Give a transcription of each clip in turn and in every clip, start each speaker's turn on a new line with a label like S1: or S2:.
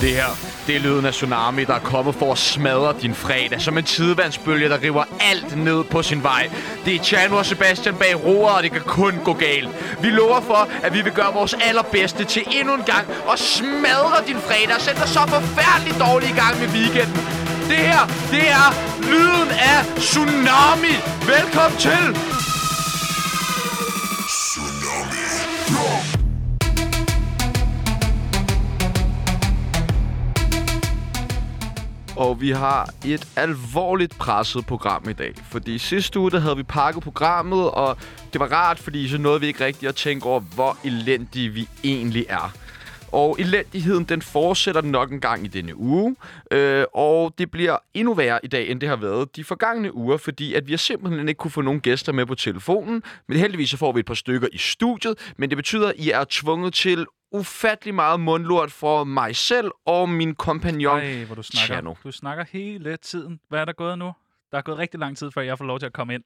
S1: Det her, det er lyden af tsunami, der er kommet for at smadre din fredag. Som en tidevandsbølge, der river alt ned på sin vej. Det er Chano og Sebastian bag roer, og det kan kun gå galt. Vi lover for, at vi vil gøre vores allerbedste til endnu en gang og smadre din fredag og sætte dig så forfærdeligt dårligt i gang med weekenden. Det her, det er lyden af tsunami. Velkommen til! Og vi har et alvorligt presset program i dag. Fordi sidste uge, der havde vi pakket programmet, og det var rart, fordi så nåede vi ikke rigtig at tænke over, hvor elendige vi egentlig er. Og elendigheden, den fortsætter nok en gang i denne uge. Øh, og det bliver endnu værre i dag, end det har været de forgangne uger, fordi at vi har simpelthen ikke kunne få nogen gæster med på telefonen. Men heldigvis så får vi et par stykker i studiet, men det betyder, at I er tvunget til ufattelig meget mundlort for mig selv og min kompagnon
S2: Ej, hvor du snakker.
S1: Tjano.
S2: Du snakker hele tiden. Hvad er der gået nu? Der er gået rigtig lang tid, før jeg får lov til at komme ind.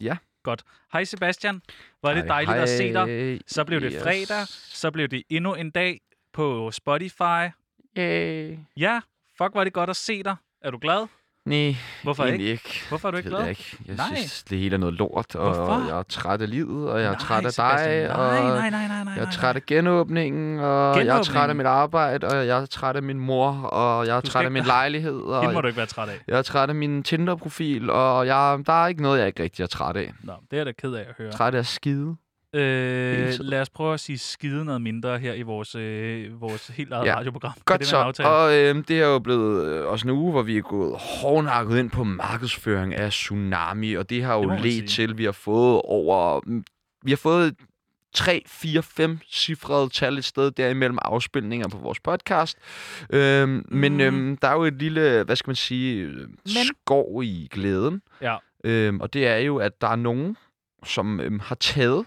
S1: Ja.
S2: Godt. Hej Sebastian. Hvor er det
S1: Hej,
S2: dejligt at se dig.
S1: hej.
S2: Så blev det
S1: Yes.
S2: fredag. Så blev det endnu en dag på Spotify. Øh.
S1: Yay.
S2: Ja, fuck, hvor er det godt at se dig. Er du glad?
S1: Nej,
S2: Hvorfor
S1: egentlig
S2: ikke?
S1: ikke.
S2: Hvorfor er du
S1: Det
S2: ikke
S1: ved jeg
S2: glad?
S1: ikke. Jeg
S2: Nej.
S1: synes, det hele er noget lort, og
S2: Hvorfor?
S1: jeg er træt af livet, og jeg er
S2: Nej,
S1: træt af
S2: Sebastian.
S1: dig, og
S2: Nej, nej, nej, nej, nej, nej.
S1: jeg er træt af genåbningen, og jeg er træt af
S2: Genåbningen?
S1: mit arbejde, og jeg er træt af min mor, og jeg er
S2: Du skal
S1: træt af
S2: ikke-
S1: min lejlighed,
S2: Hende må
S1: og
S2: du ikke være træt af.
S1: jeg er træt af min Tinder-profil, og jeg, der er ikke noget, jeg ikke rigtig er træt af.
S2: Nå, det er jeg da ked af at høre.
S1: Træt af at skide. Hele
S2: Øh,
S1: tiden.
S2: lad os prøve at sige skide noget mindre her i vores, øh, vores helt eget
S1: Ja.
S2: radioprogram. Kan
S1: Godt
S2: det
S1: så.
S2: være en aftale?
S1: Og øh, det er jo blevet øh, også en uge, hvor vi er gået hårdnakket ind på markedsføring af Tsunami, og det har
S2: Det
S1: jo
S2: må man
S1: ledt
S2: sige.
S1: til, at vi har fået over... mm, Vi har fået 3, 4, 5 cifrede tal et sted derimellem afspilninger på vores podcast. Øhm, men
S2: Mm.
S1: øhm, der er jo et lille, hvad skal man sige, øh, skov i glæden.
S2: Ja.
S1: Øhm, og det er jo, at der er nogen, som øhm, har taget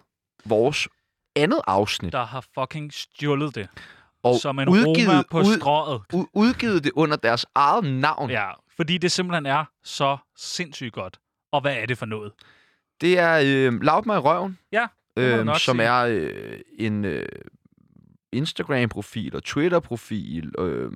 S1: vores andet afsnit
S2: der har fucking stjålet det.
S1: og
S2: som en udgivet,
S1: udgivet,
S2: roma på
S1: ud,
S2: strået.
S1: u- udgivet det under deres eget navn.
S2: Ja, fordi det simpelthen er så sindssygt godt. Og hvad er det for noget?
S1: Det er øh, Laut mig i røven,
S2: Ja, det må du
S1: øh,
S2: nok
S1: som
S2: sige.
S1: er øh, en øh, Instagram-profil og Twitter-profil, øh,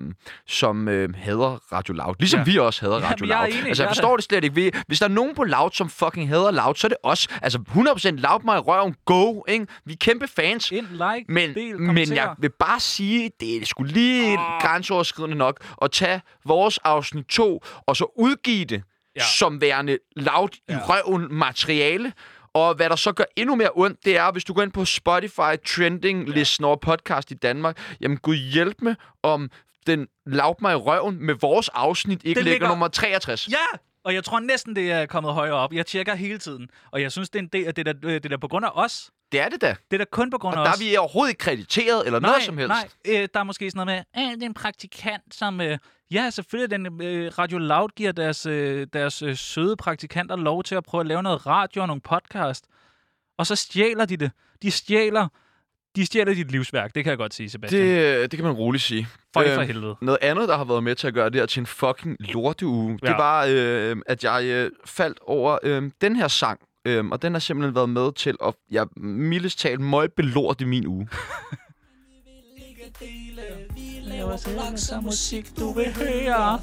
S1: som øh, hader Radio Loud. Ligesom ja.
S2: Ja.
S1: vi også hader
S2: Ja,
S1: Radio
S2: men jeg er
S1: Loud.
S2: enig,
S1: altså,
S2: jeg
S1: jeg
S2: er da-
S1: forstår det slet ikke. Vi- Hvis der er nogen på Loud, som fucking hader Loud, så er det os. Altså, 100% Laut mig i røven, go, ikke? Vi er kæmpe fans.
S2: Ind, like,
S1: Men,
S2: del,
S1: men jeg vil bare sige, det er sgu lige oh.
S2: Åh.
S1: grænseoverskridende nok at tage vores afsnit 2 og så udgive det ja.
S2: Ja.
S1: som værende lavt ja. i
S2: Ja.
S1: røven materiale. Og hvad der så gør endnu mere ondt, det er, hvis du går ind på Spotify trending listen over podcast i Danmark, jamen gud hjælp med om den lavt mig i røven med vores afsnit ikke
S2: Den
S1: ligger
S2: ligger-
S1: nummer 63.
S2: Ja! Og jeg tror næsten, det er kommet højere op. Jeg tjekker hele tiden. Og jeg synes, det er en del af det, der, øh, det der på grund af os.
S1: Det er det da.
S2: Det er da kun på grund
S1: Og
S2: af
S1: der
S2: os.
S1: er vi overhovedet ikke krediteret eller noget som helst.
S2: Nej, øh, der er måske sådan noget med, at det er en praktikant, som... Øh, ja, selvfølgelig, den øh, Radio Loud giver deres, øh, deres øh, søde praktikanter lov til at prøve at lave noget radio og nogle podcast. Og så stjæler de det. De stjæler, de stjæler dit livsværk, det kan jeg godt sige, Sebastian. Det...
S1: Det, det kan man roligt sige.
S2: For, øh, for
S1: Øhm,
S2: helvede.
S1: Noget andet, der har været med til at gøre det her til en fucking lorteuge, ja.
S2: Ja.
S1: det var, øh, at jeg øh, faldt over øh, den her sang. Øh, og den har simpelthen været med til at, jeg mildest talt møg belort i min uge.
S2: laver slags af musik, du vil høre.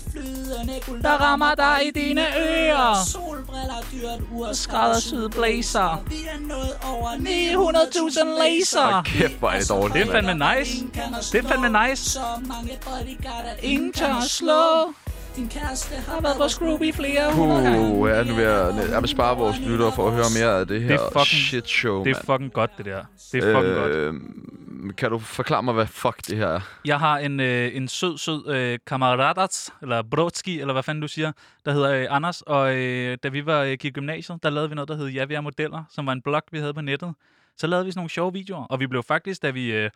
S2: Der rammer dig i dine ører.
S3: Solbriller, dyrt ur,
S2: Og skræddersyde blazer.
S3: Vi er nået over
S2: 900.000 laser.
S1: Kæft, hvor er det dårligt.
S2: Altså, Det er
S1: mand.
S2: fandme nice. Det er fandme nice.
S3: Så mange bodyguarder,
S2: Ingen tør at slå.
S3: Din kæreste har
S2: Har
S3: været
S2: været
S3: på
S2: på Scrooby i flere hundrede gange.
S1: Puh, ja, nu vil jeg, jeg vil spare vores lyttere for at høre mere af det her
S2: Det er fucking-
S1: shit show,
S2: Det er fucking godt, det der. Det er fucking øh...
S1: øh,
S2: godt.
S1: Kan du forklare mig, hvad fuck det her er?
S2: Jeg har en, øh, en sød, sød øh, kammerat, eller brotski, eller hvad fanden du siger, der hedder øh, Anders. Og øh, da vi var, øh, gik i gymnasiet, der lavede vi noget, der hed Ja, vi er modeller, som var en blog, vi havde på nettet. Så lavede vi sådan nogle sjove videoer, og vi blev faktisk, da vi, øh,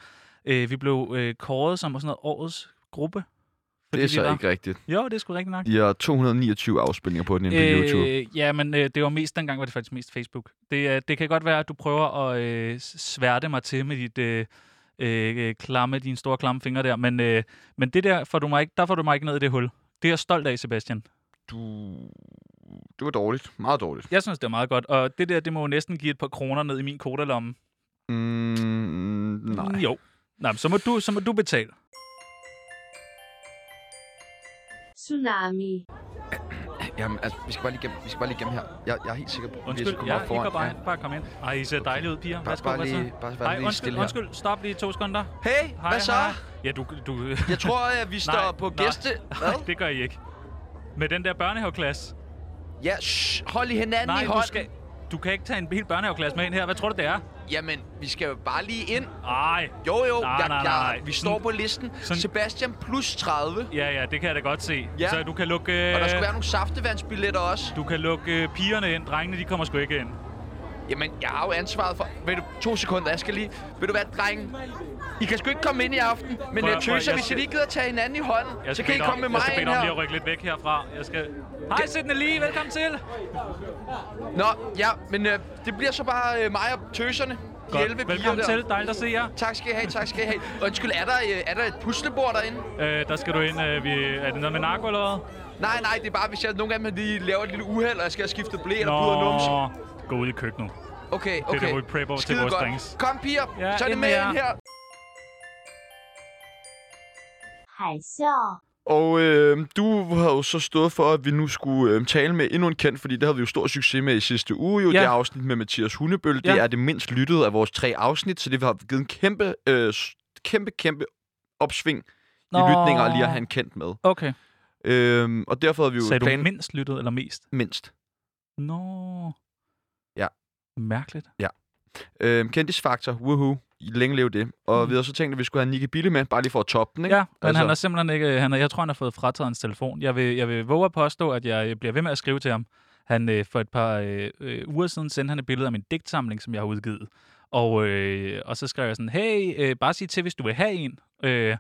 S2: øh, vi blev øh, kåret som sådan noget årets gruppe.
S1: Det er så
S2: vi var-
S1: ikke rigtigt.
S2: Jo, det er sgu rigtigt nok.
S1: De har 229 afspilninger på den inde på øh, YouTube.
S2: Øh, ja, men øh, det var mest, dengang var det faktisk mest Facebook. Det, øh, det kan godt være, at du prøver at øh, s- sværte mig til med dit øh, øh, klamme, dine store klamme fingre der, men, øh, men det der får du mig ikke, der får du mig ikke ned i det hul. Det er jeg stolt af, Sebastian.
S1: Du... Det var dårligt. Meget dårligt.
S2: Jeg synes, det er meget godt, og det der, det må jo næsten give et par kroner ned i min kodalomme.
S1: Mm, nej.
S2: Jo. Nej, men så må du, så må du betale.
S4: Tsunami.
S1: Jamen, altså, vi skal bare lige gennem, vi skal bare lige gennem her. Jeg, jeg er helt sikker på, at vi
S2: Undskyld,
S1: skal komme
S2: ja,
S1: op
S2: I
S1: foran.
S2: kan bare, bare komme ind. Ej, I ser okay. dejligt ud, piger.
S1: Bare-
S2: Værsgo,
S1: bare
S2: hvad så?
S1: lige- bare- bare
S2: Ej,
S1: lige
S2: undskyld,
S1: stille her.
S2: undskyld. Stop lige to sekunder.
S1: Hey, hvad så?
S2: Ja, du... du
S1: Jeg tror, at vi står på gæste...
S2: Nej,
S1: Hvad?
S2: det gør I ikke. Med den der børnehaveklasse.
S1: Ja, shh, hold i hinanden
S2: Nej,
S1: i
S2: du
S1: hånden.
S2: skal... Du kan ikke tage en hel børnehaveklasse med ind her. Hvad tror du, det er?
S1: Jamen, vi skal jo bare lige ind.
S2: Ej.
S1: Jo, jo,
S2: Nej,
S1: jeg,
S2: nej,
S1: jeg,
S2: nej.
S1: vi
S2: Sådan-
S1: står på listen.
S2: sådan-
S1: Sebastian plus 30. Og
S2: Ja, ja, det kan jeg da godt se.
S1: Ja.
S2: Så du kan lukke... øh,
S1: der skulle være nogle saftevandsbilletter også.
S2: Du kan lukke pigerne ind. Drengene, de kommer sgu ikke ind.
S1: Jamen, jeg har jo ansvaret for... Ved du, to sekunder, jeg skal lige... Ved du hvad, drenge? I kan sgu ikke komme ind i aften, men
S2: Prøv
S1: jeg
S2: at- prøv at-
S1: tøser,
S2: jeg
S1: hvis I
S2: skal-
S1: lige gider tage hinanden i hånden,
S2: Jeg
S1: så
S2: skal
S1: kan I
S2: bede
S1: komme med
S2: om, Jeg
S1: mig
S2: skal
S1: ind
S2: bede om lige at
S1: her.
S2: rykke lidt væk herfra. Jeg skal... Hej, Sidney lige. Velkommen til.
S1: Nå, ja, men øh, det bliver så bare øh, mig og tøserne. De 11 piger
S2: Velkommen
S1: der.
S2: til. Dejligt at se jer.
S1: Tak skal I have, tak skal I have. Undskyld, er der, øh, er der et puslebord derinde?
S2: Øh, der skal du ind. Øh, vi... Er det noget med narko eller hvad?
S1: Nej, nej, det er bare, hvis jeg nogle gange lige laver et lille uheld, og jeg skal have skiftet blæ eller puder numse.
S2: Gå ud i køkkenet.
S1: Okay, okay.
S2: der, hvor vi prepper til
S1: Skide
S2: vores
S1: godt.
S2: drinks.
S1: Kom, piger,
S2: Ja,
S1: så er det
S2: ind
S1: med
S2: med jer.
S1: ind her.
S4: 海啸。
S1: Og øh, du har jo så stået for, at vi nu skulle øh, tale med endnu en kendt, fordi det havde vi jo stor succes med i sidste uge. Jo.
S2: Ja.
S1: Det afsnit med Mathias Hundebøl, ja.
S2: Ja.
S1: det er det mindst lyttede af vores tre afsnit, så det har givet en kæmpe, øh, s- kæmpe, kæmpe opsving Nå. i lytninger lige at have en kendt med.
S2: Okay.
S1: Øhm, og derfor har vi jo
S2: Sagde du
S1: planen-
S2: mindst lyttet eller mest?
S1: mindst.
S2: Nå.
S1: Ja.
S2: Mærkeligt.
S1: Øhm, kendisfaktor, woohoo, længe leve det. Og mm. vi havde så tænkt, at vi skulle have Nicky Bille med, bare lige for at toppe den, ikke?
S2: Mhm. Ja,
S1: Altså-
S2: men altså. han er simpelthen ikke... Han er, jeg tror, han har fået frataget hans telefon. Jeg vil, jeg vil våge at påstå, at jeg øh, bliver ved med at skrive til ham. Han, øh, for et par øh, øh, uger siden sendte han et billede af min digtsamling, som jeg har udgivet. Og, øh, og så skrev jeg sådan, hey, øh, bare sig til, hvis du vil have en. Øh,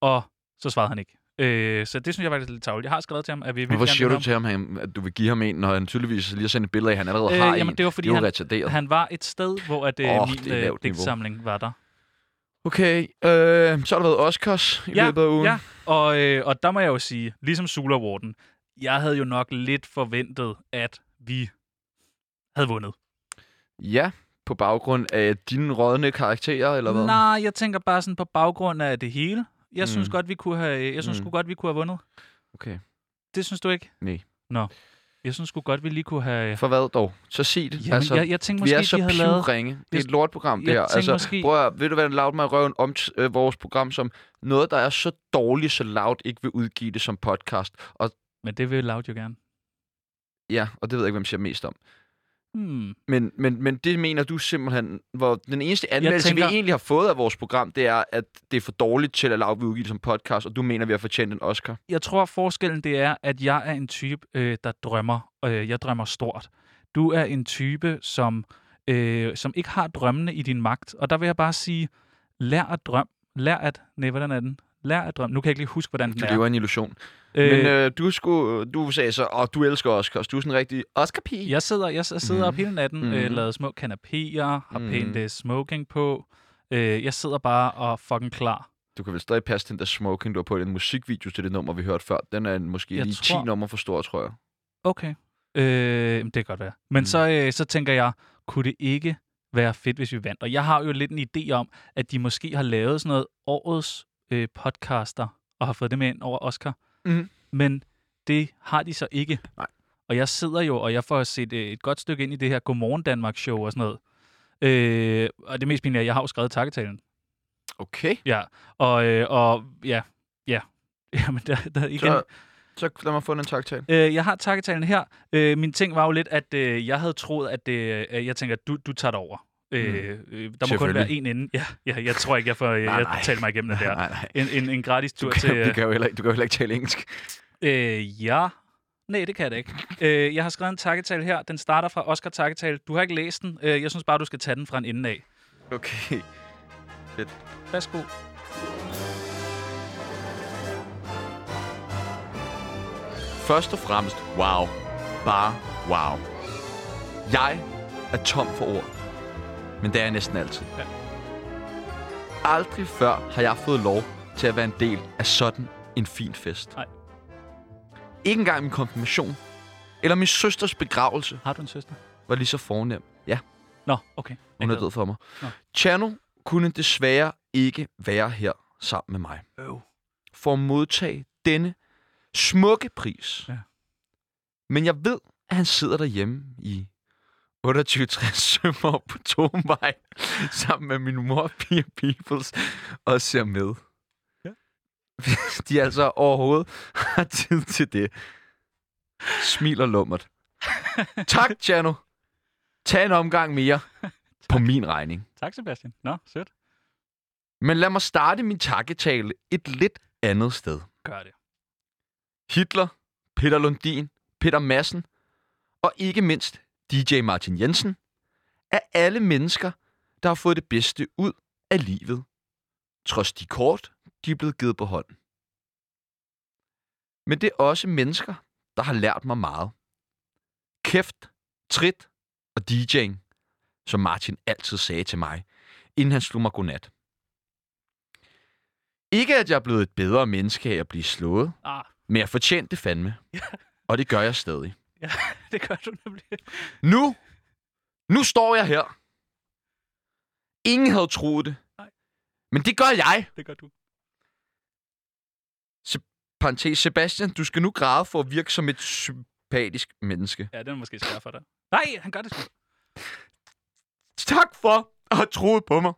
S2: og så svarede han ikke. Øh, så det synes jeg faktisk er lidt tavligt. Jeg har skrevet til ham, at vi...
S1: Hvorfor siger du til ham, han- at du vil give ham en, når han tydeligvis lige har sendt et billede af, at han allerede øh, har
S2: Øh, jamen,
S1: en?
S2: det var, fordi
S1: det er jo
S2: han,
S1: retarderet.
S2: han var et sted, hvor at, øh,
S1: Åh,
S2: oh,
S1: det
S2: min
S1: er
S2: øh,
S1: lavt niveau.
S2: digtsamling var der.
S1: Okay, øh, så har der været Oscars i
S2: Ja,
S1: løbet af ugen.
S2: Ja, og, øh, og der må jeg jo sige, ligesom Sula Warden, jeg havde jo nok lidt forventet, at vi havde vundet.
S1: ja, på baggrund af dine rådne karakterer, eller hvad?
S2: Nej, jeg tænker bare sådan på baggrund af det hele. Jeg mm. synes
S1: Mm.
S2: godt, vi kunne have, jeg synes
S1: Mm.
S2: mm. godt, vi kunne have vundet.
S1: Okay.
S2: Det synes du ikke?
S1: Nej.
S2: Nå. Jeg synes sgu godt, vi lige kunne have...
S1: For hvad dog? Så sig det.
S2: Jamen, altså, jeg, jeg tænkte
S1: vi
S2: måske,
S1: er så
S2: de havde lavet...
S1: pivringe. Det er
S2: Jeg-
S1: et lortprogram, det
S2: jeg
S1: her.
S2: tænkte
S1: Altså,
S2: måske-
S1: prøv at, ved du hvad, den lavede mig røven om t- øh, vores program som noget, der er så dårligt, så loud ikke vil udgive det som podcast. Og
S2: Men det vil Loud jo gerne.
S1: ja, og det ved jeg ikke, hvem siger mest om.
S2: Hmm.
S1: Men, men, men det mener du simpelthen, hvor den eneste anmeldelse, tænker...
S2: tænker-
S1: vi egentlig har fået af vores program, det er, at det er for dårligt til at lave vi udgive det som podcast, og du mener, vi har fortjent en Oscar.
S2: Jeg tror, forskellen det er, at jeg er en type, øh, der drømmer. Øh, jeg drømmer stort. Du er en type, som, øh, som ikke har drømmene i din magt. Og der vil jeg bare sige, lær at drømme. Lær at... Nej, hvordan er den? Lær at drømme. Nu kan jeg ikke lige huske, hvordan den
S1: Du
S2: er.
S1: lever i en illusion.
S2: Øh,
S1: Men øh, du, skulle, du sagde så, åh, du elsker Oscars. Du er sådan en rigtig Oscar-pige.
S2: Jeg sidder, jeg s- sidder
S1: Mhm.
S2: mm. op hele natten, mm. øh,
S1: Mhm.
S2: laver små kanapéer, har
S1: Mhm.
S2: mm. pænt øh, smoking på. Øh, jeg sidder bare og er fucking klar.
S1: Du kan vel stadig passe den der smoking, du har på i den musikvideo til det nummer, vi hørte før. Den er en, måske
S2: Jeg
S1: lige 10
S2: tror-
S1: nummer for stor, tror jeg.
S2: Okay. Øh, jamen, det kan godt være. Men
S1: Mm.
S2: mm. så, øh, så tænker jeg, kunne det ikke være fedt, hvis vi vandt? Og jeg har jo lidt en idé om, at de måske har lavet sådan noget årets øh, podcaster, og har fået det med ind over Oscar.
S1: Mhm.
S2: Men det har de så ikke.
S1: Nej.
S2: Og jeg sidder jo, og jeg får set øh, et godt stykke ind i det her Godmorgen Danmark-show og sådan noget. Øh, og det mest pinlige er, at jeg har jo skrevet takketalen.
S1: Okay.
S2: Ja, og, øh, og ja, ja. Jamen, der, der, igen,
S1: Så, så lad mig få den taktal.
S2: Øh, jeg har takketalen her. Øh, min ting var jo lidt, at øh, jeg havde troet, at det, øh, jeg tænker, at du, du tager det over. Øh, øh, der må kun være en inden. Ja, ja, jeg tror ikke, jeg får øh,
S1: Mm. Nej,
S2: jeg
S1: nej.
S2: talt mig igennem det her.
S1: nej, nej.
S2: En, en, en gratis tur
S1: Du kan,
S2: til...
S1: til, øh, du, kan jo heller, ikke- du kan jo heller ikke tale engelsk.
S2: Øh, ja. Nej, det kan jeg da ikke. Øh, jeg har skrevet en takketal her. Den starter fra Oscar Takketal. Du har ikke læst den. Øh, jeg synes bare, du skal tage den fra en ende af.
S1: Okay.
S2: Værsgo.
S1: Først og fremmest, wow. Bare wow. Jeg er tom for ord. Men det er jeg næsten altid.
S2: Ja.
S1: Aldrig før har jeg fået lov til at være en del af sådan en fin fest.
S2: Nej.
S1: Ikke engang min konfirmation eller min søsters begravelse
S2: Har du en søster?
S1: var lige så fornem. Ja,
S2: Nå, okay.
S1: hun er
S2: ved.
S1: død for mig.
S2: Nå.
S1: Chano kunne desværre ikke være her sammen med mig
S2: Øv.
S1: for at modtage denne smukke pris.
S2: Ja.
S1: Ja. Men jeg ved, at han sidder derhjemme i 2860 Sømmer på Tomvej, sammen med min mor, Pia Peoples, og ser med.
S2: Ja.
S1: Ja. De altså overhovedet har tid til det. Smiler lummert. tak, Tjano. Tag en omgang mere på min regning.
S2: Tak, Sebastian. Nå, sødt.
S1: Men lad mig starte min takketale et lidt andet sted.
S2: Gør det.
S1: Hitler, Peter Lundin, Peter Madsen og ikke mindst DJ Martin Jensen er alle mennesker, der har fået det bedste ud af livet, trods de kort, de er blevet givet på hånden. Men det er også mennesker, der har lært mig meget. Kæft, trit og DJ'ing, som Martin altid sagde til mig, inden han slog mig godnat. Ikke at jeg er blevet et bedre menneske af at blive slået,
S2: Ah,
S1: men jeg fortjente det fandme.
S2: Ja.
S1: Og det gør jeg stadig.
S2: det gør du nemlig.
S1: Nu! Nu står jeg her. Ingen havde troet det.
S2: Nej.
S1: Men det gør jeg.
S2: Det gør du.
S1: Parenthes Sebastian, du skal nu græde for at virke som et sympatisk menneske.
S2: Ja, den er måske svær for dig. Nej, han gør det sgu.
S1: Tak for at have troet på mig.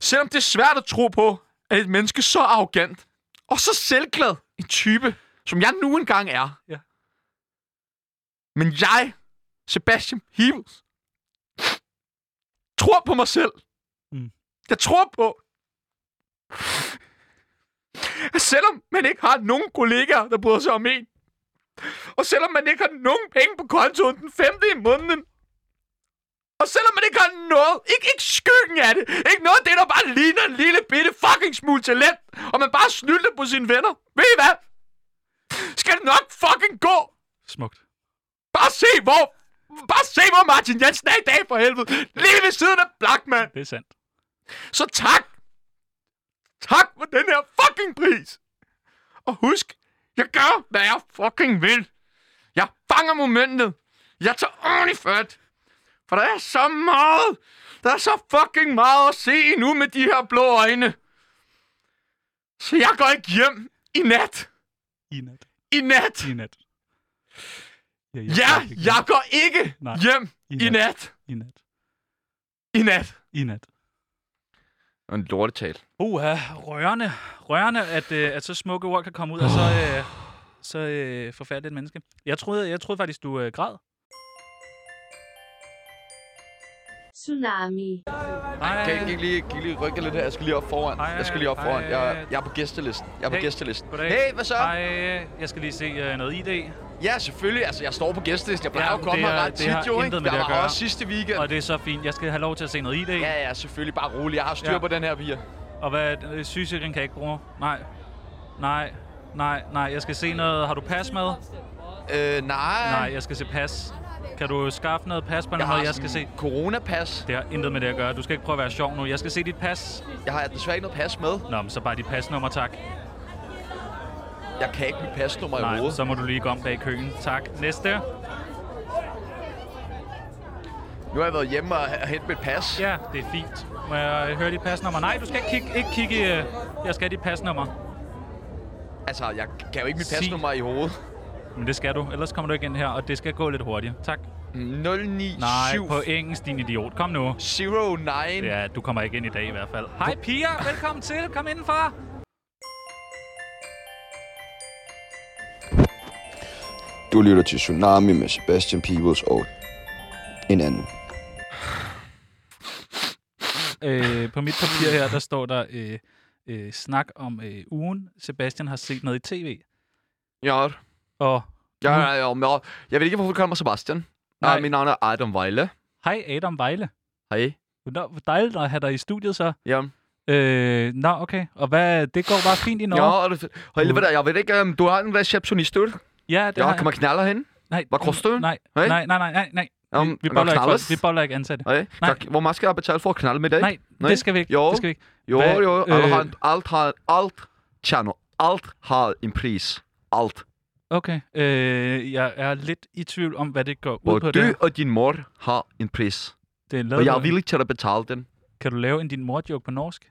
S1: Selvom det er svært at tro på, at et menneske så arrogant og så selvglad en type, som jeg nu engang er.
S2: Ja.
S1: Men jeg, Sebastian Hibels, tror på mig selv.
S2: Mm.
S1: Jeg tror på, at selvom man ikke har nogen kollegaer, der bryder sig om en, og selvom man ikke har nogen penge på kontoen den femte i måneden, og selvom man ikke har noget, ikke, ikke skyggen af det, ikke noget af det, der bare ligner en lille bitte fucking smule talent, og man bare snylder på sine venner, ved I hvad? Skal det nok fucking gå?
S2: Smukt.
S1: Bare se, hvor... Bare se, hvor Martin Jensen er i dag, for helvede. Lige ved siden af Blackman.
S2: Det er sandt.
S1: Så tak. Tak for den her fucking pris. Og husk, jeg gør, hvad jeg fucking vil. Jeg fanger momentet. Jeg tager ordentligt fat. For der er så meget. Der er så fucking meget at se endnu med de her blå øjne. Så jeg går ikke hjem i nat.
S2: I nat.
S1: I nat.
S2: I nat.
S1: Ja,
S2: jeg gør det ikke.
S1: jeg går ikke
S2: Nej.
S1: hjem
S2: I
S1: i nat.
S2: I nat.
S1: I nat.
S2: I nat.
S1: Og en lortetal.
S2: Uha, rørende. Rørende, at, øh, at så smukke ord kan komme ud af så, øh, så øh, forfærdeligt et menneske. Jeg troede, jeg troede faktisk, du øh, græd.
S4: Tsunami.
S2: Nej,
S1: Kan I ikke lige, kan I lige rykke lidt her? Jeg skal lige op foran.
S2: Hej,
S1: jeg skal lige op
S2: hej.
S1: foran. Jeg, jeg er på gæstelisten. Jeg er på
S2: Hey,
S1: gæstelisten.
S2: goddag.
S1: Hey, hvad så?
S2: Hej, øh, jeg skal lige se øh, noget ID.
S1: Ja, selvfølgelig. Altså, jeg står på gæstelisten. Jeg plejer
S2: Ja,
S1: jo at komme
S2: det
S1: her
S2: er-
S1: ret
S2: det
S1: tit,
S2: har
S1: jo, ikke?
S2: intet med
S1: Jeg
S2: det
S1: var
S2: at
S1: her
S2: gøre.
S1: også sidste weekend.
S2: Og det er så fint. Jeg skal have lov til at se noget ID.
S1: Ja, ja, selvfølgelig. Bare rolig. Jeg har styr
S2: Ja.
S1: på den her via.
S2: Og hvad, øh, sygesikring kan jeg ikke bruge. Nej, nej, nej, nej. Jeg skal se noget. Har du pas med?
S1: Øh, nej.
S2: Nej, jeg skal se pas. Kan du skaffe noget pas på
S1: Jeg
S2: noget,
S1: har
S2: jeg, jeg
S1: sådan
S2: skal se?
S1: coronapas.
S2: Det har intet med det at gøre. Du skal ikke prøve at være sjov nu. Jeg skal se dit pas.
S1: Jeg har desværre ikke noget pas med.
S2: Nå, men så bare dit pasnummer, tak.
S1: Jeg kan ikke mit pasnummer i
S2: Nej,
S1: hovedet.
S2: så må du lige gå om bag køen. Tak. Næste.
S1: Nu har jeg været hjemme og h- hentet mit pas.
S2: Ja, det er fint. Må jeg høre dit pasnummer? Nej, du skal ikke kigge, ikke kigge i... øh, Jeg skal have dit pasnummer.
S1: Altså, jeg kan jo ikke mit
S2: Sig.
S1: pasnummer i hovedet.
S2: Men det skal du, ellers kommer du ikke ind her, og det skal gå lidt hurtigere. Tak. Nej,
S1: 097
S2: på engelsk, din idiot. Kom nu.
S1: 09.
S2: Ja, du kommer ikke ind i dag i hvert fald. Hej Pia, velkommen til. Kom indenfor.
S5: Du lytter til Tsunami med Sebastian Peebles og en anden.
S2: Øh, på mit papir her, der står der øh, øh, snak om øh, ugen. Sebastian har set noget i tv.
S1: Ja.
S2: Og
S1: Ja, ja, ja, ja. Jeg ved ikke, hvorfor du kalder mig Sebastian.
S2: Nej.
S1: Nej. Mit navn er Adam Vejle.
S2: hej Adam Vejle.
S1: Hej.
S2: Nå, hvor dejligt at have dig i studiet så.
S1: Ja.
S2: Øh, nå, okay. Og hvad, det går bare fint i
S1: Ja,
S2: Norge?
S1: og det, og helvede, jeg ved ikke, om du har en receptionist, du?
S2: Ja, det
S1: Ja,
S2: har
S1: kan man knalde hende?
S2: Nej,
S1: Hvad koster det?
S2: Nej, nej,
S1: Hey?
S2: nej, nej, nej, nej.
S1: Om-
S2: Vi, vi,
S1: om
S2: boller ikke,
S1: knaldes?
S2: folk- vi boller ikke ansatte.
S1: Nej.
S2: Nej.
S1: Tak. Hvor meget skal jeg betale for at knalde med dig?
S2: Nej,
S1: Nej.
S2: det skal vi ikke.
S1: Jo.
S2: Det skal vi ikke.
S1: Jo,
S2: Hvad-
S1: jo, alt
S2: øh,
S1: har, en- alt har, alt, Tjerno, alt har en pris. Alt.
S2: Okay, øh, jeg er lidt i tvivl om, hvad det går ud
S1: Og
S2: på.
S1: du
S2: det her.
S1: og din mor har en pris.
S2: det er lavet
S1: Og jeg er
S2: på-
S1: villig til at betale den.
S2: Kan du lave en din mor-joke på norsk?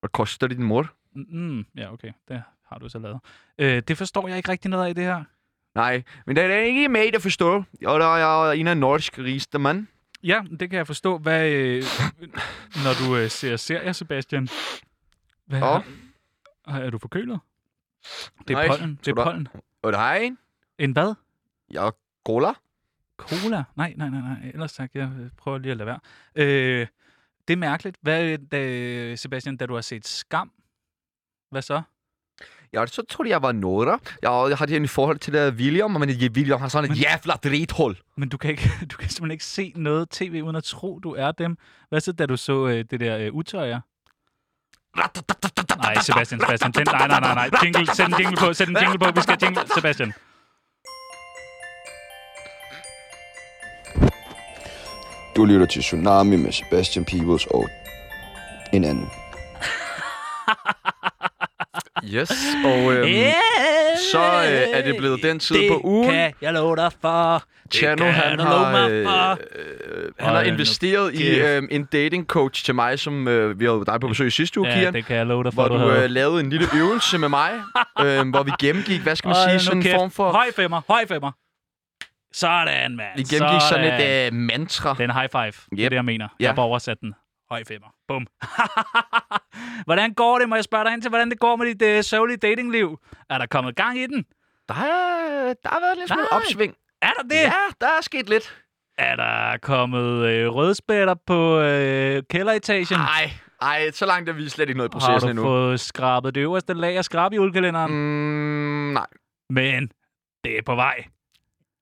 S1: Hvad koster det din mor?
S2: Mm, ja, okay. Det har har du så lavet. Øh, det forstår jeg ikke rigtig noget af i det her.
S1: Nej, men den er ikke med at forstå. Og der er en af nordisk rigeste mand.
S2: Ja, det kan jeg forstå. Hvad, øh, når du øh, ser serier, Sebastian, hvad
S1: Ja.
S2: er, er du forkølet? Det
S1: Nej,
S2: er pollen. Det
S1: sgu
S2: er
S1: da.
S2: pollen.
S1: Og der er en.
S2: En hvad?
S1: Jeg cola.
S2: Cola? Nej, nej, nej, nej. Ellers tak. Jeg øh, prøver lige at lade være. Øh, det er mærkeligt. Hvad, øh, da, Sebastian, da du har set Skam, hvad så?
S1: Ja, så troede jeg var norder. Jeg, jeg har det i forhold til der William, men William har sådan et
S2: Men-
S1: jævla drithul.
S2: Men du kan, ikke, du kan simpelthen ikke se noget tv, uden at tro, du er dem. Hvad så, da du så øh, det der øh, utøjer? Nej, Sebastian, Sebastian. Den, nej, nej, nej, nej. Jingle, sæt en jingle på, sæt en jingle på. Vi skal jingle, Sebastian.
S5: Du lytter til Tsunami med Sebastian Peebles og en anden.
S1: Yes, og øhm, yeah. så øh, er det blevet den tid på ugen.
S2: kan jeg love dig for. Det
S1: Chano,
S2: kan
S1: han
S2: jeg love
S1: har,
S2: mig
S1: øh,
S2: for.
S1: øh, han har
S2: Hold nu
S1: investeret i
S2: kæft.
S1: øh, en dating coach til mig, som øh, vi havde dig på besøg i sidste uge,
S2: Ja,
S1: Kian.
S2: det kan jeg love dig for,
S1: hvor
S2: du
S1: du
S2: havde.
S1: øh, lavede en lille øvelse med mig, øh, hvor vi gennemgik, hvad skal man
S2: Hold
S1: sige,
S2: nu
S1: sådan en
S2: kæft.
S1: form for...
S2: Høj femmer, høj femmer. Sådan, mand.
S1: Vi gennemgik sådan et øh, mantra.
S2: Det er en high five, yep. det er
S1: Yep.
S2: det, jeg mener.
S1: Ja.
S2: Jeg har bare oversat den. Høj femmer. Bum. hvordan går det? Må jeg spørge dig ind til, hvordan det går med dit øh, sørgelige datingliv? Er der kommet gang i den?
S1: Der, er, der har været lidt smule
S2: Nej.
S1: opsving.
S2: Er der det?
S1: Ja, der er sket lidt.
S2: Er der kommet øh, rødspætter på øh, kælderetagen?
S1: Nej, ej, så langt er vi slet ikke nået i
S2: har du
S1: processen endnu.
S2: fået skrabet det øverste lag af skrabehjulkalenderen? Mm.
S1: Mm, nej,
S2: Men det er på vej.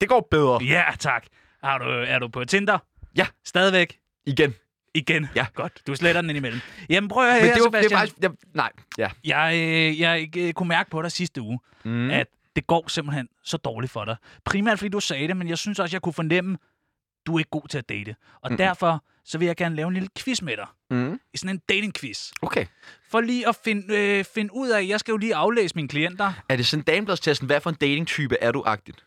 S1: det går bedre.
S2: Ja, tak. Har du, er du på Tinder?
S1: Oh. Ja.
S2: Stadigvæk?
S1: Igen.
S2: Igen?
S1: Ja.
S2: Godt. Du sletter den indimellem. Jamen prøv at høre
S1: Men
S2: her,
S1: det var, det
S2: Sebastian.
S1: var faktisk... Jeg, nej, ja.
S2: Jeg, øh, jeg øh, kunne mærke på dig sidste uge,
S1: Mm.
S2: mm. at det går simpelthen så dårligt for dig. Primært fordi du sagde det, men jeg synes også, jeg kunne fornemme, du er ikke god til at date. Og mm. derfor så vil jeg gerne lave en lille quiz med dig.
S1: Mm.
S2: Sådan en dating-quiz.
S1: Okay.
S2: For lige at finde, øh, finde ud af, jeg skal jo lige aflæse mine klienter.
S1: Er det sådan damebladstesten? Hvad for en datingtype er du agtigt?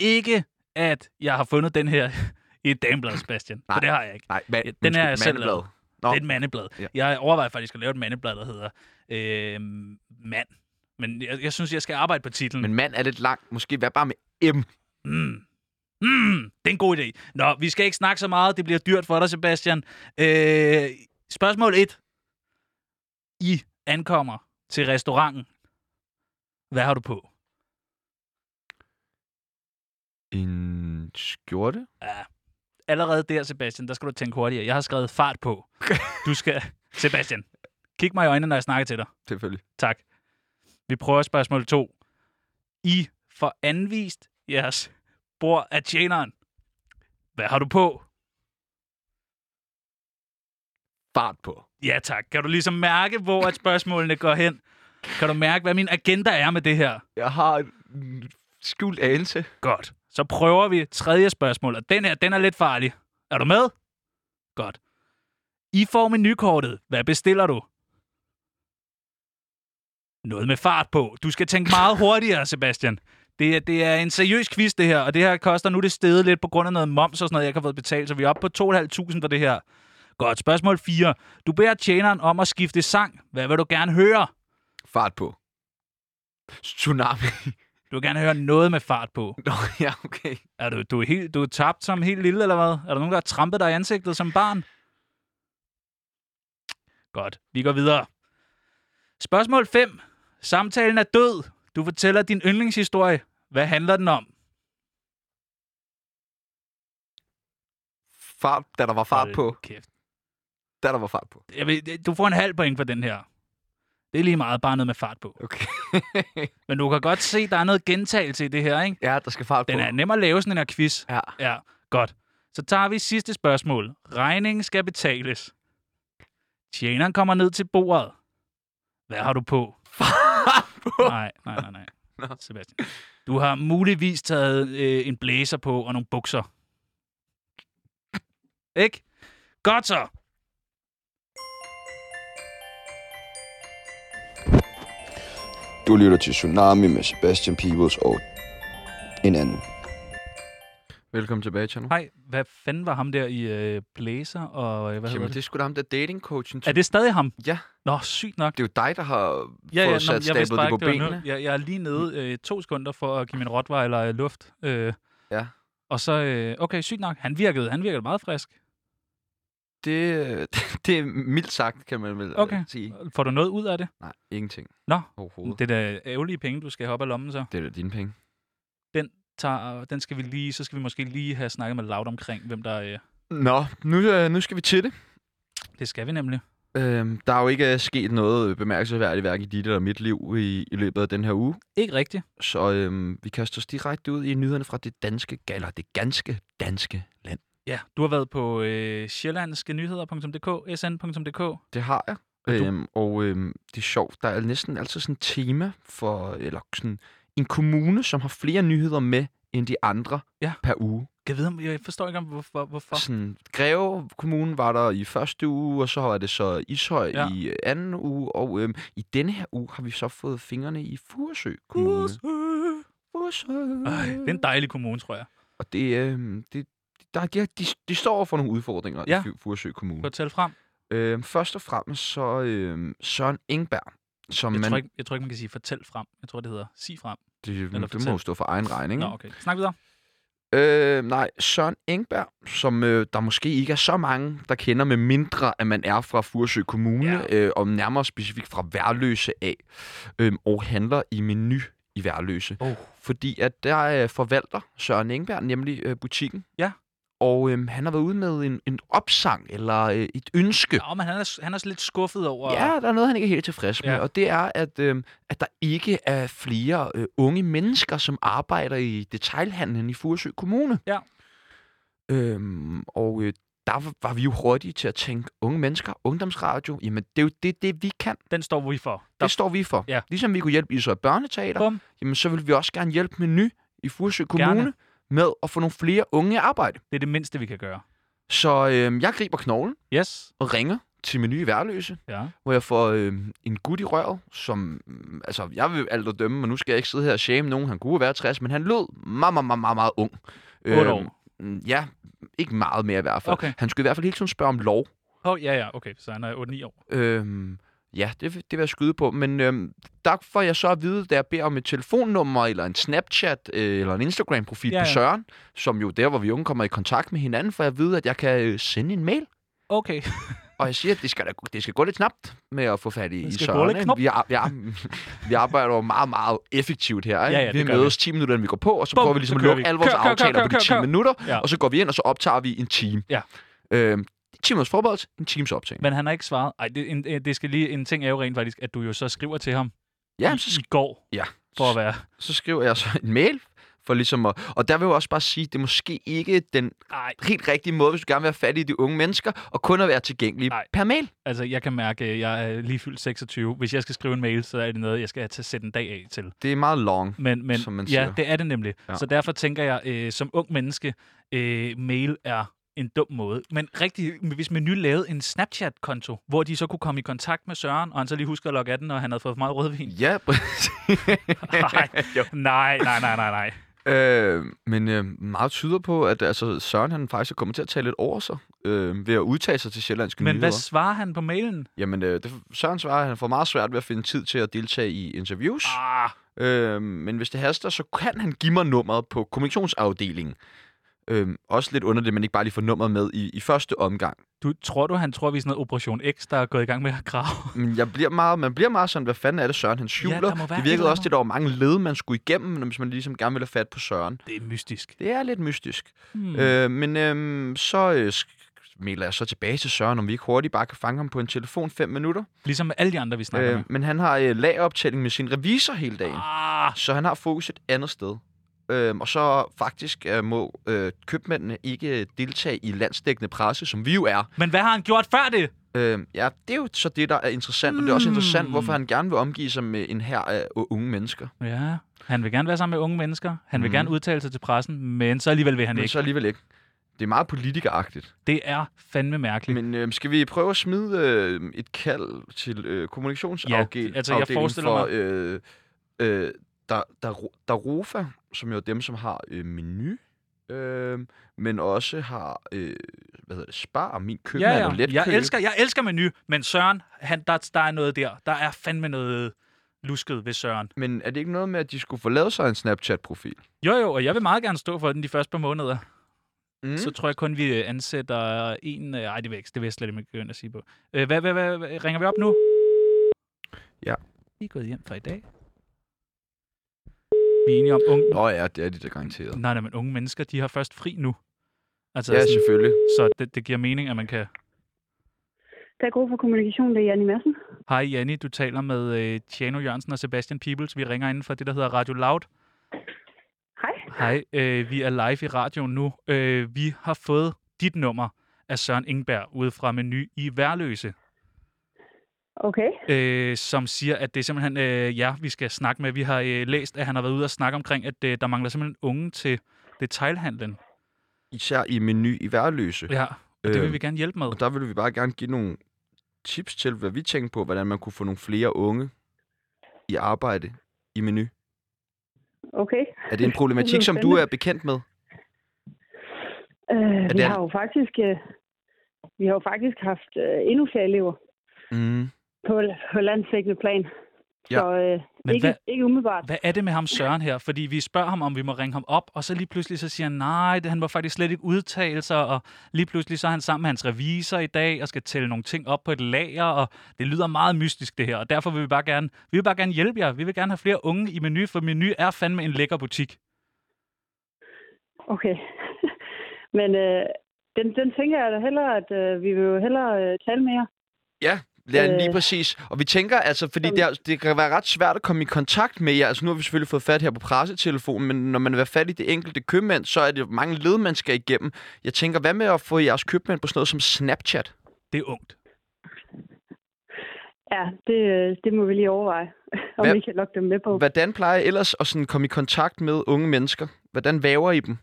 S2: Ikke at jeg har fundet den her i et dameblad, Sebastian. For
S1: Nej.
S2: det har jeg ikke.
S1: Nej, man,
S2: Ja, den er jeg selv lavet.
S1: Nå,
S2: Det er et mandeblad.
S1: Ja.
S2: Ja. Jeg overvejer faktisk at lave et mandeblad, der hedder øh, mand. Men jeg, jeg synes, jeg skal arbejde på titlen.
S1: men mand er lidt langt. Måske hvad bare med M.
S2: Mm. Mm, det er en god idé. Nå, vi skal ikke snakke så meget. Det bliver dyrt for dig, Sebastian. Øh, spørgsmål 1. I ankommer til restauranten. Hvad har du på?
S1: En skjorte?
S2: Allerede der, Sebastian, der skal du tænke hurtigere. Jeg har skrevet fart på. Du skal... Sebastian, kig mig i øjnene, når jeg snakker til dig.
S1: Selvfølgelig.
S2: Tak. Vi prøver spørgsmål 2. I får anvist jeres bord af tjeneren. Hvad har du på?
S1: Fart på.
S2: Ja tak. Kan du ligesom mærke, hvor at spørgsmålene går hen? Kan du mærke, hvad min agenda er med det her?
S1: Jeg har en skjult anelse.
S2: Godt. Så prøver vi tredje spørgsmål, og den her, den er lidt farlig. Er du med? Godt. I får menukortet. Hvad bestiller du? Noget med fart på. Du skal tænke meget hurtigere, Sebastian. Det er, det er en seriøs quiz, det her, og det her koster nu er det stedet lidt på grund af noget moms og sådan noget, jeg ikke har fået betalt, så vi er oppe på 2.500 for det her. Godt, spørgsmål 4. Du beder tjeneren om at skifte sang. Hvad vil du gerne høre?
S1: Fart på. Tsunami.
S2: Du vil gerne høre noget med fart på.
S1: Nå, ja, okay.
S2: Er du, du, er helt, du er tabt som helt lille, eller hvad? Er der nogen, der har trampet dig i ansigtet som barn? Godt, vi går videre. Spørgsmål 5. Samtalen er død. Du fortæller din yndlingshistorie. Hvad handler den om?
S1: Fart, da der var fart
S2: Hold
S1: på.
S2: Kæft.
S1: Da der var fart på.
S2: Jeg ved, du får en halv point for den her. Det er lige meget bare noget med fart på.
S1: Okay.
S2: Men du kan godt se, der er noget gentagelse i det her, ikke?
S1: ja, der skal fart
S2: Den
S1: på.
S2: er nem at lave, sådan en her quiz.
S1: Ja.
S2: Ja, godt. Så tager vi sidste spørgsmål. Regningen skal betales. Tjeneren kommer ned til bordet. Hvad har du på? Nej, nej, nej, nej.
S1: Nå.
S2: Sebastian. Du har muligvis taget øh, en blæser på og nogle bukser. Ikke? Godt så.
S5: Du lytter til Tsunami med Sebastian Peebles og en anden.
S1: Velkommen tilbage, Chano.
S2: Hej, hvad fanden var ham der i øh, Blazer og øh, hvad hedder
S1: Jamen,
S2: det?
S1: det er sgu da ham der datingcoachen.
S2: Er det stadig ham?
S1: Ja.
S2: Nå, sygt nok.
S1: Det er jo dig, der har
S2: Ja, ja,
S1: fået
S2: nå,
S1: sat
S2: jeg vidste
S1: stablet det
S2: bare
S1: på
S2: ikke, det
S1: benene.
S2: var
S1: Mm.
S2: noget. Jeg, jeg er lige nede øh, to sekunder for at give min Rottweiler øh, luft. Øh,
S1: Ja.
S2: Og så, øh, okay, sygt nok. Han virkede, han virkede meget frisk.
S1: Det, det er mildt sagt, kan man vel øh,
S2: Okay.
S1: sige.
S2: Får du noget ud af det?
S1: Nej, ingenting
S2: Nå,
S1: overhovedet.
S2: det er da ærgerlige penge, du skal hoppe af lommen så.
S1: Det er da dine penge.
S2: Tager, den skal vi lige, så skal vi måske lige have snakket med Laud omkring, hvem der... Øh,
S1: Nå, nu, øh, nu skal vi til det.
S2: det skal vi nemlig.
S1: Øhm, der er jo ikke øh, sket noget øh, bemærkelsesværdigt, hverken i dit eller mit liv i, i løbet af den her uge.
S2: Ikke rigtigt.
S1: Så øhm, vi kaster os direkte ud i nyhederne fra det danske, eller det ganske danske land.
S2: Ja, du har været på øh, sjællandskenyheder.dk, sn.dk.
S1: Det har jeg.
S2: Og du-
S1: Øhm, og øhm, det er sjovt, der er næsten altid sådan et tema for, eller sådan en kommune, som har flere nyheder med end de andre
S2: Ja.
S1: per uge.
S2: Jeg, ved, om- jeg forstår ikke, om hvorfor. hvorfor.
S1: Sådan, Greve Kommune var der i første uge, og så var det så Ishøj
S2: Ja.
S1: ja. i øh, anden uge, og øhm, i denne her uge har vi så fået fingrene i Furesø Kommune. Furesø.
S2: Ej, det er en dejlig kommune, tror jeg.
S1: Og det, øh, det, der, de, har- de, de står over for nogle udfordringer
S2: Ja.
S1: ja. i Fu- Furesø Kommune.
S2: Fortæl frem.
S1: Øh, først og fremmest så øh, Søren Engberg, som
S2: Jeg
S1: man...
S2: tror, ikke, jeg tror ikke, man kan sige fortæl frem. Jeg tror, det hedder sig frem.
S1: det,
S2: eller
S1: det, det må
S2: fortæl.
S1: jo stå for egen regning.
S2: Nå, okay. Snak videre.
S1: Øh, nej, Søren Engberg, som øh, der måske ikke er så mange, der kender, med mindre at man er fra Furesø Kommune,
S2: Ja.
S1: ja. øh, og nærmere specifikt fra Værløse af, øh, og handler i menu i Værløse.
S2: Oh.
S1: Fordi at der øh, forvalter Søren Engberg nemlig øh, butikken.
S2: Ja.
S1: Og øh, han har været ude med en, en opsang, eller øh, et ønske.
S2: Nå, men han er, han er også lidt skuffet over...
S1: Ja, der er noget, han ikke er helt tilfreds med,
S2: Ja.
S1: ja. og det er, at, øh, at der ikke er flere øh, unge mennesker, som arbejder i detailhandlen i Furesø Kommune.
S2: Ja.
S1: Øhm, og øh, der var- var vi jo hurtige til at tænke, unge mennesker, ungdomsradio, jamen det er jo det, det vi kan.
S2: Den står vi for. Der,
S1: Det står vi for.
S2: Ja.
S1: Ligesom vi kunne hjælpe Isøj Børneteater,
S2: Bum.
S1: jamen så vil vi også gerne hjælpe Meny i Furesø Kommune
S2: Gerne.
S1: med at få nogle flere unge i arbejde.
S2: det er det mindste, vi kan gøre.
S1: Så øh, jeg griber knoglen
S2: Yes.
S1: og ringer til Meny i Værløse
S2: Ja.
S1: hvor jeg får øh, en gut i røret, som, mm, altså, jeg vil alt at dømme, men nu skal jeg ikke sidde her og shame nogen. Han kunne være 60, men han lød meget, meget, meget, meget, meget ung.
S2: Otte år.
S1: mm, Ja, ikke meget mere i hvert fald.
S2: Okay.
S1: Han skulle i hvert fald hele tiden spørge om lov.
S2: Oh, ja, ja, okay. Så han er 8-9 år.
S1: Øhm, ja, det, vil- det vil jeg skyde på, men øhm, der får jeg så at vide, da jeg beder om et telefonnummer, eller en Snapchat, øh, eller en Instagram-profil
S2: Ja,
S1: ja, ja.
S2: ja.
S1: på Søren, som jo er der, hvor vi unge kommer i kontakt med hinanden, for jeg ved, at jeg kan øh, sende en mail.
S2: Okay.
S1: Og jeg siger, at det skal, da- det skal gå lidt knapt med at få fat i
S2: Det skal gå
S1: Søren.
S2: lidt
S1: ikke?
S2: knap.
S1: Vi, ar- vi, ar- vi arbejder jo meget, meget effektivt her. Ikke?
S2: Ja, ja,
S1: vi
S2: det gør
S1: mødes 10 minutter, inden vi går på, og så
S2: Bum,
S1: prøver vi ligesom at
S2: så kører
S1: lukke
S2: vi.
S1: alle vores
S2: Kør, kør,
S1: aftaler
S2: kør,
S1: på de 10
S2: kør, kør.
S1: minutter.
S2: Ja.
S1: Og så går vi ind, og så optager vi en time.
S2: Ja.
S1: Øhm, 10 minutters forberedelse, en times optagning.
S2: Men han har ikke svaret. Ej, det, en, en- det skal lige... En ting er jo rent faktisk, at du jo så skriver til ham
S1: Ja,
S2: i,
S1: så,
S2: i går.
S1: Ja.
S2: For at være...
S1: så skriver jeg så en mail. For ligesom at, og der vil jeg jo også bare sige, at det er måske ikke den
S2: Ej,
S1: helt rigtige måde, hvis du gerne vil have fat i de unge mennesker, og kun at være tilgængelig
S2: Nej.
S1: per mail.
S2: altså jeg kan mærke, at jeg er lige fyldt 26. Hvis jeg skal skrive en mail, så er det noget, jeg skal til at sætte en dag af til.
S1: Det er meget long.
S2: Men, men
S1: Som man
S2: ja,
S1: siger.
S2: det er det nemlig. Ja.
S1: Ja.
S2: Så derfor tænker jeg, øh, som ung menneske, øh, mail er en dum måde. Men rigtig, hvis Menu lavede en Snapchat-konto, hvor de så kunne komme i kontakt med Søren, og han så lige husker at logge af den, når han havde fået for meget rødvin.
S1: Ja, præcis.
S2: Nej,
S1: Jo.
S2: nej, nej, nej, nej, nej.
S1: Øh, men øh, meget tyder på, at altså, Søren han faktisk er kommet til at tale lidt over sig øh, ved at udtale sig til Sjællandske
S2: Men
S1: Nyheder.
S2: hvad svarer han på mailen?
S1: Jamen, øh, det, Søren svarer, at han får meget svært ved at finde tid til at deltage i interviews.
S2: Ah,
S1: Øh, men hvis det haster, så kan han give mig nummeret på kommunikationsafdelingen. Øh, også lidt underligt, at man ikke bare lige får nummeret med i, i første omgang.
S2: du, tror du, han tror, vi er sådan noget Operation X, der er gået i gang med at grave?
S1: Men jeg bliver meget, man bliver meget sådan, hvad fanden er det, Søren han
S2: der må
S1: skjuler?
S2: være
S1: det
S2: et eller
S1: virkede også,
S2: andet.
S1: at der var mange led, man skulle igennem, hvis man ligesom gerne ville have fat på Søren.
S2: Det er mystisk.
S1: Det er lidt mystisk.
S2: Hmm. Øh,
S1: Øh, men øh, så øh, sk- mailer jeg så tilbage til Søren, om vi ikke hurtigt bare kan fange ham på en telefon 5 minutter.
S2: ligesom med alle de andre, vi snakker øh, med.
S1: Øh, men han har øh, lageroptælling med sin revisor hele dagen,
S2: Ah,
S1: så han har fokus et andet sted. Øhm, og så faktisk øh, må øh, købmændene ikke øh, deltage i landsdækkende presse, som vi jo er.
S2: men hvad har han gjort før det?
S1: Øhm, ja, det er jo så det, der er interessant, og det er også interessant,
S2: Mm.
S1: hvorfor han gerne vil omgive sig med en her af unge mennesker.
S2: Ja, han vil gerne være sammen med unge mennesker. Han vil
S1: Mhm.
S2: gerne udtale sig til pressen, men så alligevel vil han
S1: Men
S2: ikke.
S1: så alligevel ikke. Det er meget politikeragtigt.
S2: Det er fandme mærkeligt.
S1: Men øh, skal vi prøve at smide øh, et kald til øh, kommunikationsafdelingen
S2: Ja, altså, jeg forestiller
S1: for
S2: mig-
S1: øh, øh, der, der, Darofa, som jo er dem, som har øh, menu øh, men også har øh, hvad hedder det, Spar, min køkken
S2: Ja,
S1: er
S2: ja.
S1: let
S2: Jeg elsker, jeg elsker menu, men Søren, han, der, der er noget der. Der er fandme noget lusket ved Søren.
S1: Men er det ikke noget med, at de skulle få lavet sig en Snapchat-profil?
S2: Jo, jo, og jeg vil meget gerne stå for den de første par måneder.
S1: Mm.
S2: Mm. Så tror jeg kun, vi øh, ansætter en... øh, Ej, det vil jeg, ikke- det vil jeg slet ikke begynde at sige på. Øh, Hvad, hvad, hvad, hvad, ringer vi op nu?
S1: Ja.
S2: Vi er gået hjem for i dag. Vi er enige om unge...
S1: Nå ja, det er de da garanteret.
S2: Nej, nej, men unge mennesker, de har først fri nu. Altså,
S1: Ja,
S2: sådan,
S1: selvfølgelig.
S2: så det, det giver mening, at man kan...
S6: Der er god for kommunikation, det er Janne Madsen.
S2: Hej Janni, du taler med øh, Tjano Jørgensen og Sebastian Peebles. Vi ringer inden for det, der hedder Radio Loud.
S6: Hej.
S2: Hej, øh, vi er live i radioen nu. Øh, vi har fået dit nummer af Søren Ingberg ude fra Menu i Værløse,
S6: Okay.
S2: øh, som siger, at det er simpelthen øh, jer, vi skal snakke med. Vi har øh, læst, at han har været ude og snakke omkring, at øh, der mangler simpelthen unge til detailhandlen.
S1: Især i menu i værløse.
S2: Ja, og det vil
S1: Øh,
S2: vi gerne hjælpe med.
S1: Og der ville vi bare gerne give nogle tips til, hvad vi tænker på, hvordan man kunne få nogle flere unge i arbejde i menu.
S6: Okay.
S1: Er det en problematik, som du er bekendt med?
S6: Øh, vi
S1: det
S6: har jo faktisk, øh, vi har jo faktisk haft øh, endnu flere elever
S1: Mm.
S6: på, på landstækkende plan.
S1: Ja.
S6: Så øh,
S2: Men
S6: ikke,
S2: hvad-
S6: ikke umiddelbart.
S2: Hvad er det med ham Søren her? Fordi vi spørger ham, om vi må ringe ham op, og så lige pludselig så siger han, nej, det, han var faktisk slet ikke udtale sig, og lige pludselig så er han sammen med hans revisor i dag, og skal tælle nogle ting op på et lager, og det lyder meget mystisk det her, og derfor vil vi bare gerne, vi vil bare gerne hjælpe jer. Vi vil gerne have flere unge i menu, for menu er fandme en lækker butik.
S6: Okay. Men øh, den, den tænker jeg da hellere, at øh, vi vil jo hellere øh, tale med jer.
S1: Ja, ja, lige
S6: Øh.
S1: præcis. Og vi tænker altså, fordi det, er, det kan være ret svært at komme i kontakt med jer. Altså nu har vi selvfølgelig fået fat her på pressetelefonen, men når man vil være fat i det enkelte købmand, så er det jo mange led, man skal igennem. Jeg tænker, hvad med at få jeres købmand på sådan noget som Snapchat?
S2: Det er ungt.
S6: Ja, det, øh, det må vi lige overveje, om
S1: Hvad-
S6: vi kan lokke dem med på.
S1: Hvordan plejer I ellers at sådan komme i kontakt med unge mennesker? Hvordan væver I dem?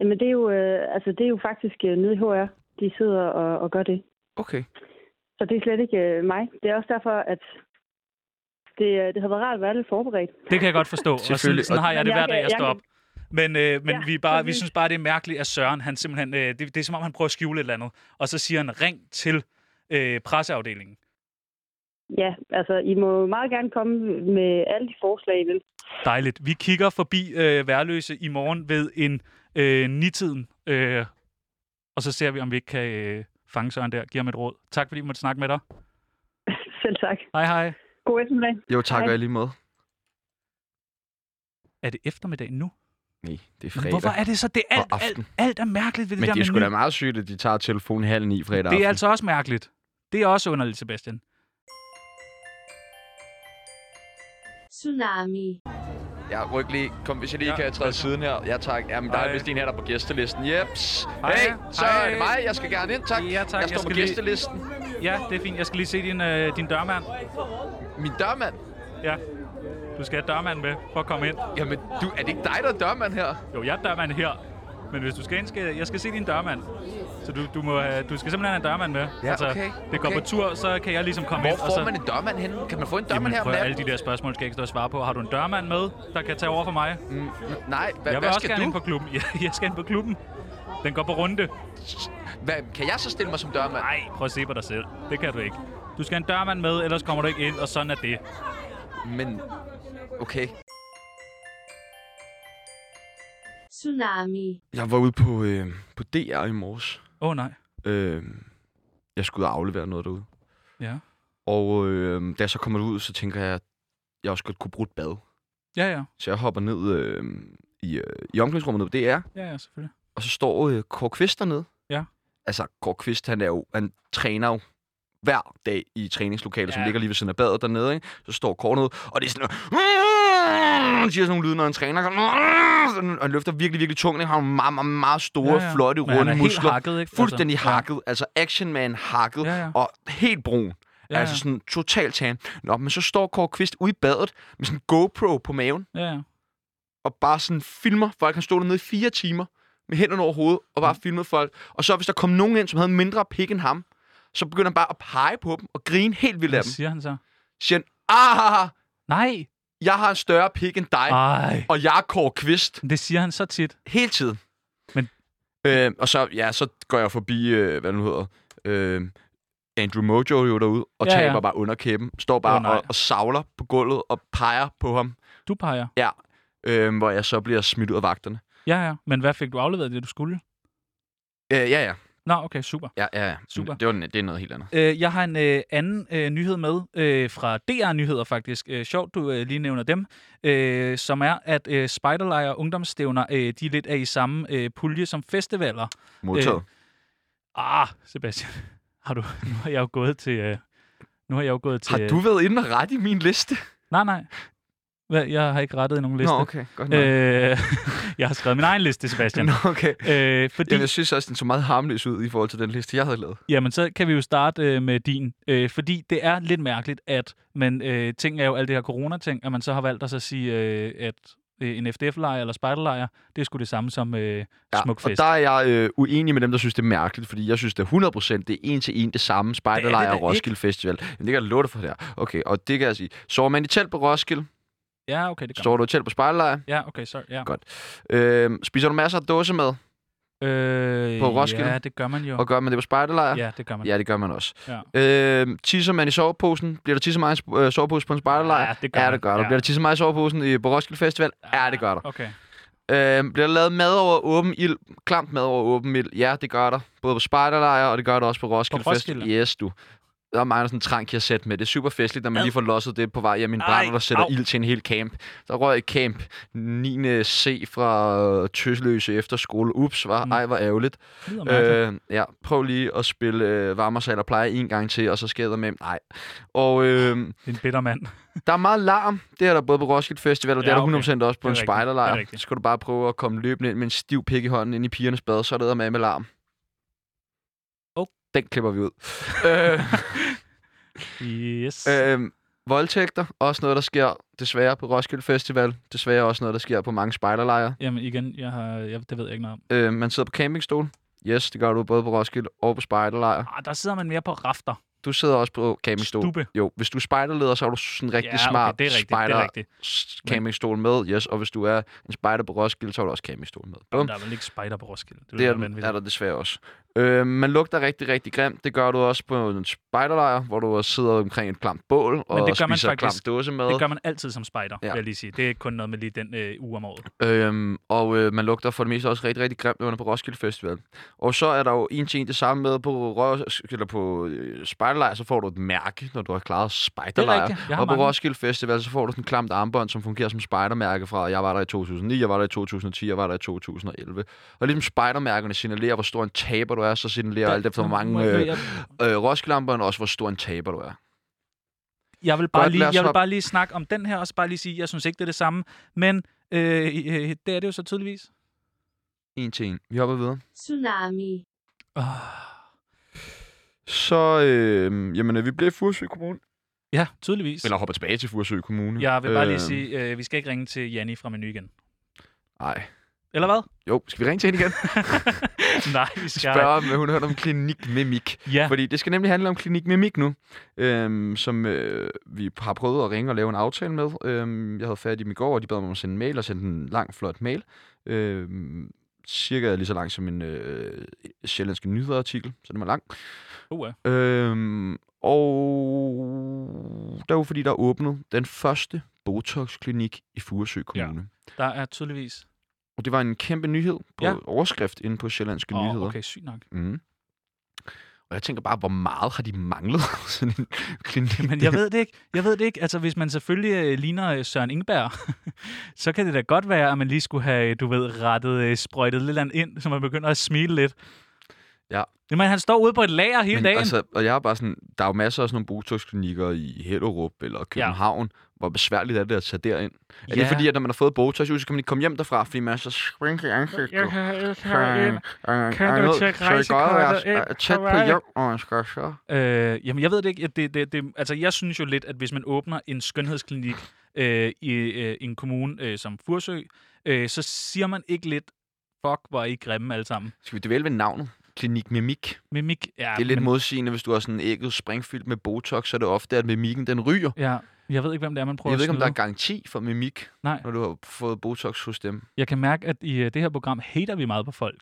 S6: Jamen, det er jo, øh, altså, det er jo faktisk øh, nede i HR, de sidder og, og gør det.
S1: Okay.
S6: Så det er slet ikke øh, mig. Det er også derfor, at det, øh, det har været rart at være lidt forberedt.
S2: Det kan jeg godt forstå, og sådan,
S1: Selvfølgelig,
S2: sådan
S1: og-
S2: har jeg det
S6: Men jeg
S2: hver dag,
S6: kan-
S2: jeg
S6: jeg
S2: står op.
S6: kan-
S2: Men, øh, men ja,
S6: Ja,
S2: vi, er bare, vi
S6: præcis.
S2: synes bare, det er mærkeligt, at Søren, han simpelthen, øh, det, det er som om, han prøver at skjule et eller andet, og så siger han, ring til øh, presseafdelingen.
S6: Ja, altså, I må meget gerne komme med alle de forslag, I vil.
S2: Dejligt. Vi kigger forbi øh, Værløse i morgen ved en øh, nitiden, øh, og så ser vi, om vi ikke kan øh, fange Søren der. Giv ham et råd. Tak, fordi vi måtte snakke med dig.
S6: Selv tak.
S2: Hej, hej.
S6: God eftermiddag.
S1: Jo, tak
S6: Hej.
S1: og i lige måde.
S2: Er det eftermiddag nu?
S1: Nej, det er
S2: Fredag.
S1: fredag.
S2: Hvorfor er det så? Det er alt,
S1: Og aften.
S2: alt, alt er mærkeligt ved det
S1: Men
S2: der
S1: det er sgu
S2: menu.
S1: da meget sygt, at de tager telefonen halv ni fredag
S2: Det er
S1: aften.
S2: altså også mærkeligt. Det er også underligt, Sebastian.
S4: Tsunami.
S1: Jeg ryk lige. Kom, hvis jeg lige
S2: Ja,
S1: ja, kan træde siden her. Ja, tak. Jamen, der
S2: Hej.
S1: er vist en her, der er på gæstelisten. Jeps.
S2: Hej.
S1: Hej. Hey, så
S2: Hej.
S1: er det mig. Jeg skal gerne ind, tak.
S2: Ja, tak. Jeg
S1: Jeg står
S2: skal
S1: på
S2: lige-
S1: gæstelisten.
S2: Ja, det er fint. Jeg skal lige se din, øh, din dørmand.
S1: Min dørmand.
S2: Ja. Du skal have dørmanden med for at komme ind.
S1: Jamen, du, er det ikke dig, der er dørmand her?
S2: Jo, jeg er dørmand her. Men hvis du skal ind, skal jeg skal se din dørmand. Så du, du, må, have- du skal simpelthen have en dørmand med. Altså,
S1: Ja, okay,
S2: Det går
S1: okay.
S2: på tur, så kan jeg ligesom komme
S1: Hvor
S2: ind. og så...
S1: får man en dørmand henne? Kan man få en dørmand
S2: Jamen,
S1: her om
S2: prøv, alle
S1: natten?
S2: de der spørgsmål skal jeg ikke stå og svare på. Har du en dørmand med, der kan tage over for mig? Hva,
S1: Mm, Nej, hvad,
S2: jeg vil
S1: hvad
S2: også
S1: skal
S2: gerne
S1: du?
S2: ind på klubben. Ja, jeg skal ind på klubben. Den går på runde.
S1: Hvad, kan jeg så stille mig som dørmand?
S2: Nej, prøv at se på dig selv. Det kan du ikke. Du skal have en dørmand med, ellers kommer du ikke ind, og sådan er det.
S1: Men, okay.
S4: Tsunami.
S1: Jeg var ude på, øh, på DR i morges.
S2: Åh oh, nej.
S1: Øh, jeg skulle ud og aflevere noget derude.
S2: Ja.
S1: Og øh, da jeg så kommer ud, så tænker jeg, at jeg også godt kunne bruge et bad.
S2: Ja, ja.
S1: Så jeg hopper ned øh, i, øh, i omklædningsrummet ned på DR,
S2: Ja, ja, selvfølgelig.
S1: og så står øh, Kåre Kvist dernede.
S2: Ja.
S1: Altså, Kåre Kvist, han, er jo, han træner jo hver dag i træningslokalet, ja. som
S2: Ja.
S1: ligger lige ved siden af badet dernede. Ikke? Så står Kåre nede, og det er sådan noget... Han siger sådan nogle lyde, når han træner. Sådan, og han løfter virkelig, virkelig tungt. ikke? Han har nogle meget, meget, meget store, ja, ja. flotte,
S2: Men han er
S1: runde muskler.
S2: Helt hakket, ikke?
S1: Fuldstændig
S2: Altså,
S1: hakket. Altså, actionman hakket.
S2: Ja, ja.
S1: Og helt brun.
S2: Ja, ja.
S1: Altså sådan totalt tan. Nå, men så står Kåre Kvist ude i badet med sådan en GoPro på maven
S2: Ja, ja.
S1: og bare sådan filmer folk. Han stod dernede i fire timer med hænderne over hovedet og
S2: Mm.
S1: bare filmede folk. Og så hvis der kom nogen ind, som havde mindre pik end ham, så begynder han bare at pege på dem og grine helt vildt af
S2: Hvad
S1: dem.
S2: siger han så?
S1: Siger han, ah,
S2: Nej,
S1: jeg har en større pik end dig, ah.
S2: Ej,
S1: og jeg er Kåre Kvist.
S2: det siger han så tit.
S1: Hele tiden.
S2: Men-
S1: Øh, og så, ja, så går jeg forbi, øh, hvad det nu hedder, øh, Andrew Mojo jo derude, og
S2: Ja,
S1: ja,
S2: ja.
S1: taber ja. bare under kæben. Står bare
S2: Åh,
S1: oh,
S2: nej.
S1: og, og savler på gulvet og peger på ham,
S2: Du peger.
S1: øh, hvor jeg så bliver smidt ud af vagterne.
S2: Ja, ja. Men hvad fik du afleveret det, du skulle?
S1: Øh, ja, ja.
S2: Nå, okay, super.
S1: ja, ja, ja.
S2: Super.
S1: Det, var, det er noget helt andet.
S2: Øh, jeg har en øh, anden øh, nyhed med øh, fra DR Nyheder faktisk. Øh, sjovt, du øh, lige nævner dem. Øh, som er, at øh, spejderlejre og ungdomsstævner, øh, de lidt er i samme øh, pulje som festivaler. Øh,
S1: Modtaget.
S2: Ah, Sebastian. Har du, nu har jeg jo gået til... Øh, nu har jeg jo gået til...
S1: har
S2: øh,
S1: du været inde og ret i min liste?
S2: Nej, nej. Hvad, jeg har ikke rettet i nogen liste.
S1: Nå, okay. Godt nok. Øh,
S2: Øh, jeg har skrevet min egen liste, Sebastian.
S1: Nå, okay.
S2: Øh, fordi,
S1: Jamen, jeg synes også, den så meget harmløs ud i forhold til den liste, jeg havde lavet.
S2: jamen, så kan vi jo starte øh, med din. Øh, fordi det er lidt mærkeligt, at man øh, ting er jo alt det her corona-ting, at man så har valgt at så sige, øh, at øh, en FDF-lejr eller spejderlejr, det er sgu det samme som øh, ja,
S1: og
S2: smukfest.
S1: der er jeg øh, uenig med dem, der synes, det er mærkeligt, fordi jeg synes, det er 100% det er en til en det samme
S2: Det
S1: spejderlejr
S2: er det
S1: og
S2: da
S1: Roskilde ikke. Festival. Men det kan jeg love dig for der. Okay, og det kan jeg sige. Sover man i telt på Roskilde?
S2: Ja, okay, det gør
S1: Sover du i telt på spejderlejr?
S2: man. Ja, okay, sorry. Ja.
S1: Godt. Øh, spiser du masser af dåsemad?
S2: Øh,
S1: På Roskilde?
S2: Ja, det gør man jo.
S1: Og gør man det på spejderlejr?
S2: Ja, det gør man.
S1: Ja, det gør man også.
S2: Ja.
S1: Øh, tisser man i soveposen? Bliver der tisset meget i sp- øh, soveposen på en spejderlejr?
S2: Ja, det gør
S1: ja,
S2: man.
S1: det gør der.
S2: Ja.
S1: Bliver der tisset meget i soveposen i på Roskilde Festival? Ja, ja det gør der.
S2: Ah, Okay.
S1: Øh, bliver der lavet mad over åben ild? Klamt mad over åben ild? Ja, det gør der. Både på spejderlejr, og det gør der også på Roskilde,
S2: Roskilde?
S1: Fest. Yes, du. Der er mig, der er sådan en trang, jeg sæt med. Det er super festligt, når man lige får losset det på vej hjem i en
S2: Ej,
S1: brænder, der sætter
S2: au.
S1: ild til en hel camp. Der røg et camp 9. C fra Tøsløse Efterskole. Ups, var.
S2: Mm.
S1: Ej, hvor ærgerligt.
S2: Lyder mærkeligt.
S1: Øh, ja, prøv lige at spille øh, varmer sig eller pleje en gang til, og så sker der med. Nej. Og øh,
S2: Det er en bitter mand.
S1: der er meget larm. Det er der både på Roskilde Festival, og
S2: Ja,
S1: ja, det er
S2: okay.
S1: der 100% også på
S2: Det
S1: en
S2: er rigtigt. Det er
S1: spejderlejr.
S2: rigtigt.
S1: Så skal du bare prøve at komme løbende ind med en stiv pik i hånden ind i pigernes bad, så er det med med larm.
S2: Oh.
S1: Den klipper vi ud. øh,
S2: Yes.
S1: øh, voldtægter, også noget, der sker desværre på Roskilde Festival. Desværre også noget, der sker på mange spejderlejre.
S2: Jamen igen, jeg har, jeg, det ved jeg ikke noget om.
S1: Øh, man sidder på campingstol. Yes, det gør du både på Roskilde og på spejderlejr.
S2: Ah, der sidder man mere på rafter.
S1: Du sidder også på campingstol.
S2: Stube.
S1: Jo, hvis du er spejderleder, så er du sådan en rigtig
S2: ja,
S1: smart
S2: okay, det er rigtigt, det er
S1: spejder
S2: rigtigt.
S1: s-
S2: Men-
S1: campingstol med. Yes, og hvis du er en spejder på Roskilde, så er du også campingstol med.
S2: Jamen,
S1: Bum.
S2: der er vel ikke spejder på Roskilde. Det,
S1: Det er,
S2: er
S1: den-
S2: vanvittigt.
S1: er der desværre også. Øh, man lugter rigtig, rigtig grimt. Det gør du også på en spejderlejr, hvor du sidder omkring et klamt bål og
S2: det gør man
S1: spiser
S2: faktisk-
S1: klamt dåse med.
S2: det gør man altid som spejder, ja.
S1: Ja.
S2: vil jeg lige sige. Det er ikke kun noget med lige den øh, uge om året.
S1: Øhm, og øh, man lugter for det meste også rigtig, rigtig grimt, når man er på Roskilde Festival. Og så er der jo en ting det samme med på, Ros- eller på øh, spejderlejr, så får du et mærke, når du har klaret spejderlejr.
S2: rigtigt. Jeg har
S1: Og på
S2: mange.
S1: Roskilde Festival, så får du sådan en klamt armbånd, som fungerer som spejdermærke fra, jeg var der i 2009, jeg var der i 2010, jeg var der i 2011. Og ligesom spejdermærkerne signalerer, hvor stor en taber du er, så signalerer alt efter, hvor mange
S2: Jeg,
S1: øh,
S2: jeg,
S1: øh, Roskilde-armbånd, også hvor stor en taber du er.
S2: jeg, vil bare
S1: Godt,
S2: lige,
S1: lad os
S2: jeg vil
S1: hoppe-
S2: bare lige snakke om den her, og så bare lige sige, jeg synes ikke, det er det samme. Men øh, øh, det er det jo så tydeligvis.
S1: En til en. Vi hopper videre.
S4: tsunami,
S1: Ah.
S2: Oh,
S1: Så, øh, jamen, øh, vi bliver i Furesø Kommune.
S2: ja, tydeligvis.
S1: Eller hopper tilbage til Furesø Kommune.
S2: Jeg vil bare lige
S1: Øhm,
S2: sige, øh, vi skal ikke ringe til Janni fra Menu igen.
S1: Nej.
S2: Eller hvad?
S1: Jo, skal vi ringe til hende igen?
S2: Nej, vi skal
S1: Spørge, om hun hørte om klinikmimik.
S2: Ja,
S1: Ja. Fordi det skal nemlig handle om klinikmimik nu, øhm, som øh, vi har prøvet at ringe og lave en aftale med. Øhm, jeg havde fat i dem i går, og de bad mig om at sende en mail, og sendte en lang, flot mail. Øhm, cirka lige så lang som en øh, sjællandske nyhederartikel, så den var lang.
S2: uh,
S1: Øhm, og det er jo fordi, der er åbnet den første Botox-klinik i Furesø Kommune. Ja.
S2: der er tydeligvis...
S1: Og det var en kæmpe nyhed på
S2: Ja.
S1: ja. overskrift inde på Sjællandske oh, Nyheder.
S2: Åh, okay, sygt nok.
S1: Mm. Og jeg tænker bare, hvor meget har de manglet sådan en klinik?
S2: Men jeg ved det ikke. Jeg ved det ikke. Altså, hvis man selvfølgelig øh, ligner øh, Søren Ingberg, så kan det da godt være, at man lige skulle have, øh, du ved, rettet øh, sprøjtet lidt andet ind, så man begynder at smile lidt.
S1: Ja.
S2: Jamen, han står ude på et lager hele
S1: Men
S2: dagen.
S1: altså, og jeg er bare sådan, der er jo masser af sådan nogle botoxklinikker i Hellerup eller København. Ja. Hvor besværligt er det at tage derind? Ja. Er det fordi, at når man har fået Botox ud, så kan man ikke komme hjem derfra, fordi man er så springe i ansigtet? Øh,
S7: Jeg kan, jeg kan,
S1: Kan, kan
S7: du tjekke rejsekortet ind
S1: altså, øh, tæt på
S7: på vej?
S1: hjem, og man skal så...
S2: Øh, jamen, jeg ved det ikke. Jeg- Det, det, det, altså, jeg synes jo lidt, at hvis man åbner en skønhedsklinik øh, i øh, en kommune øh, som Fursø, øh, så siger man ikke lidt, fuck, hvor er I grimme alle sammen.
S1: Skal vi dvæle ved navnet? Klinik Mimik.
S2: Mimik, ja,
S1: Det er lidt
S2: men,
S1: modsigende, hvis du har sådan ægget springfyldt med Botox, så er det ofte, at mimikken den ryger.
S2: Ja, Jeg ved ikke, hvem det er, man prøver
S1: Jeg ved ikke,
S2: at
S1: om der er
S2: snyde.
S1: garanti for mimik,
S2: Nej.
S1: når du har fået Botox hos dem.
S2: Jeg kan mærke, at i øh, det her program hater vi meget på folk.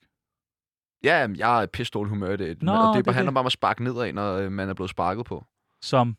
S1: Ja, jamen, jeg er pistol humør i det.
S2: Nå,
S1: Nå, og
S2: det er
S1: det, det handler
S2: det.
S1: bare om at sparke nedad, når øh, man er blevet sparket på,
S2: Som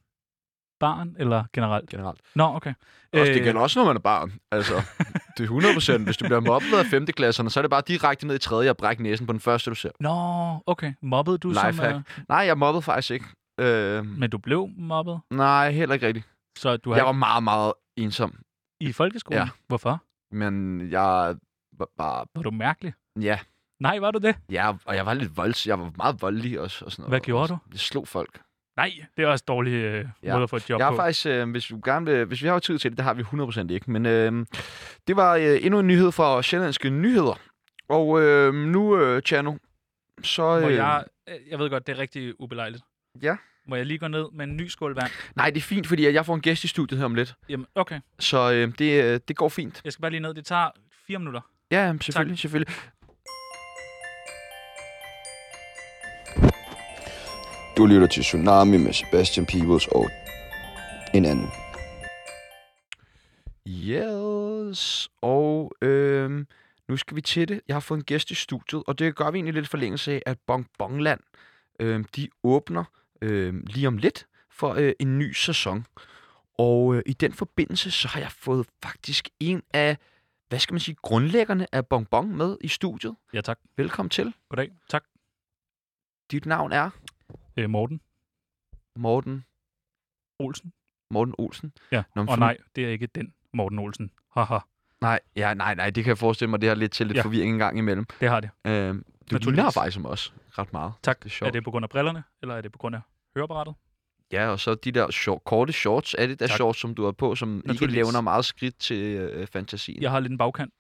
S2: barn eller generelt?
S1: generelt.
S2: Nå, okay.
S1: Også, det
S2: Øh,
S1: gælder også, når man er barn. Altså, det er 100 procent. Hvis du bliver mobbet af 5. klasserne, så er det bare direkte ned i 3. og brække næsen på den første, du ser.
S2: Nå, okay. Mobbede du som...
S1: Lifehack.
S2: øh,
S1: Nej, jeg mobbede faktisk ikke. Øh,
S2: Men du blev mobbet,
S1: nej, heller ikke rigtigt.
S2: så du har
S1: Jeg var meget, meget ensom.
S2: i folkeskolen.
S1: Ja.
S2: Hvorfor?
S1: Men jeg var bare...
S2: Var du mærkelig?
S1: Ja,
S2: Nej, var du det?
S1: ja og jeg var lidt volds. Jeg var meget voldelig også. Og sådan noget.
S2: Hvad gjorde du?
S1: Jeg slog folk.
S2: Nej, det er også en dårlig øh,
S1: Ja.
S2: måde at få et job
S1: Jeg
S2: på.
S1: har faktisk, øh, hvis, du gerne vil, hvis vi har tid til det, det har vi 100% ikke, men øh, det var øh, endnu en nyhed fra Sjællandske Nyheder. Og øh, nu, øh, Tjano, så...
S2: Må
S1: Øh,
S2: jeg, øh, jeg ved godt, det er rigtig ubelejligt.
S1: Ja.
S2: Må jeg lige gå ned med en ny skål vand?
S1: Nej, det er fint, fordi at jeg får en gæst i studiet her om lidt,
S2: Jamen, okay.
S1: så øh, det, øh, det går fint.
S2: Jeg skal bare lige ned. Det tager fire minutter.
S1: Ja, jamen, selvfølgelig, tak. selvfølgelig.
S5: Du lytter til Tsunami med Sebastian Peebles og en anden.
S1: Yes, og øh, nu skal vi til det. Jeg har fået en gæst i studiet, og det gør vi egentlig lidt i forlængelse af, at Bongbongland, øh, de åbner øh, lige om lidt for øh, en ny sæson. Og øh, i den forbindelse, så har jeg fået faktisk en af, hvad skal man sige, grundlæggerne af Bongbong med i studiet.
S2: Ja, tak.
S1: Velkommen til.
S2: Goddag. Tak.
S1: Dit navn er
S2: Øh, Morten
S1: Morten,
S2: Olsen.
S1: Morten Olsen.
S2: Ja,
S1: Nå, men
S2: og
S1: for-
S2: nej, det er ikke den Morten Olsen. Haha,
S1: Nej, ja, nej, nej, det kan jeg forestille mig, det har lidt til lidt
S2: Ja.
S1: ja. forvirring en gang imellem.
S2: det har det.
S1: Øh, du
S2: Naturligvis.
S1: ligner faktisk som os ret meget.
S2: Tak.
S1: Det er sjovt.
S2: Er det på grund af brillerne, eller er det på grund af høreapparatet?
S1: Ja, og så de der short, korte shorts, er det der
S2: Tak.
S1: shorts, som du har på, som ikke
S2: Naturligvis.
S1: levner meget skridt til øh, fantasien?
S2: Jeg har lidt en bagkant.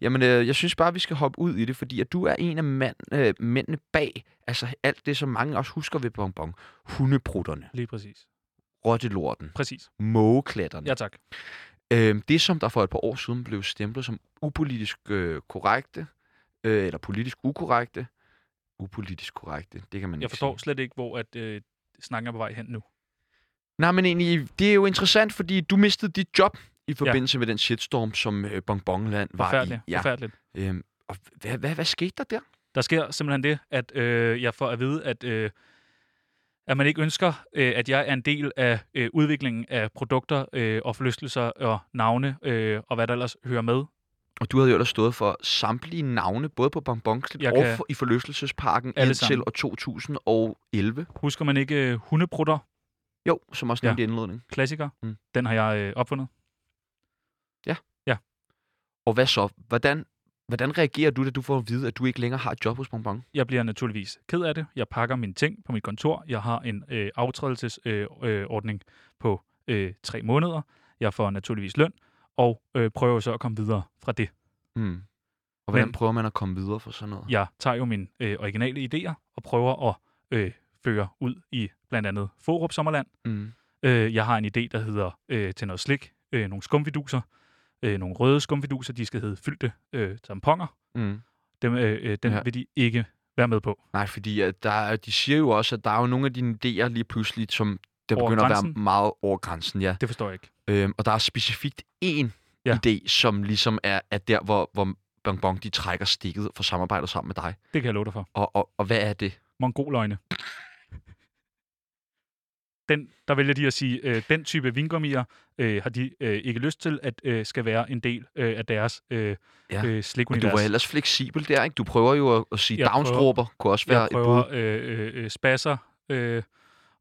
S1: Jamen, øh, jeg synes bare, vi skal hoppe ud i det, fordi at du er en af mand, øh, mændene bag, altså alt det, som mange også husker ved bonbon. Hundeprutterne,
S2: Lige præcis.
S1: rottelorten,
S2: Præcis.
S1: mågeklatterne.
S2: Ja, tak.
S1: Øhm, det, som der for et par år siden blev stemplet som upolitisk øh, korrekte, øh, eller politisk ukorrekte, upolitisk korrekte, det kan man
S2: Jeg
S1: ikke
S2: forstår
S1: sige.
S2: slet ikke, hvor at, øh, snakken er på vej hen nu.
S1: Nej, men egentlig, det er jo interessant, fordi du mistede dit job i forbindelse ja. med den shitstorm, som øh, Bongbongland var i.
S2: Forfærdeligt. Ja. Forfærdeligt.
S1: Øhm, og hvad, hvad, hvad skete der der?
S2: Der sker simpelthen det, at øh, jeg får at vide, at, øh, at man ikke ønsker, øh, at jeg er en del af øh, udviklingen af produkter øh, og forlystelser og navne øh, og hvad der ellers hører med.
S1: Og du havde jo ellers stået for samtlige navne, både på Bonbonklip
S2: Jeg
S1: og
S2: kan-
S1: for, i forlystelsesparken
S2: Alle
S1: indtil
S2: sammen.
S1: år 2011.
S2: Husker man ikke øh, hundeprutter,
S1: Jo, som også
S2: Ja.
S1: nævnt ja. i indledningen.
S2: klassiker? Mm.
S1: Mm.
S2: Den har jeg øh, opfundet.
S1: Og hvad så? Hvordan, hvordan reagerer du, da du får at vide, at du ikke længere har et job hos Bonbon?
S2: Jeg bliver naturligvis ked af det. Jeg pakker mine ting på mit kontor. Jeg har en øh, aftrædelsesordning øh, øh, ordning på øh, tre måneder. Jeg får naturligvis løn og øh, prøver så at komme videre fra det.
S1: Mm. Og hvordan
S2: Men-
S1: men... prøver man at komme videre fra sådan noget?
S2: jeg tager jo mine øh, originale idéer og prøver at øh, føre ud i blandt andet Forup Sommerland.
S1: Mm.
S2: Øh, jeg har en idé, der hedder øh, til noget slik, øh, nogle skumfiduser, øh, nogle røde skumfiduser, de skal hedde fyldte øh, tamponer.
S1: Mm.
S2: Dem, øh, øh, den ja.
S1: Ja.
S2: vil de ikke være med på.
S1: Nej, fordi at der, er- de siger jo også, at der er jo nogle af dine idéer lige pludselig, som der
S2: Over
S1: begynder at
S2: grænsen?
S1: være meget over grænsen, ja.
S2: Det forstår jeg ikke.
S1: Øhm, og der er specifikt én
S2: Ja.
S1: ja. idé, som ligesom er, er der, hvor, hvor Bong Bong, de trækker stikket for samarbejdet sammen med dig.
S2: Det kan jeg love dig for.
S1: Og, og, og hvad er det?
S2: Mongoløgne. Den, der vælger de at sige, øh, den type vingummier øh, har de øh, ikke lyst til, at øh, skal være en del øh, af deres øh,
S1: Ja.
S2: øh,
S1: Men du
S2: slikunivers.
S1: var ellers fleksibel der, ikke? Du prøver jo at, at sige,
S2: Jeg
S1: jeg
S2: prøver-
S1: downstroper kunne også være
S2: jeg
S1: et
S2: prøver
S1: bud.
S2: øh, øh, øh, spasser øh,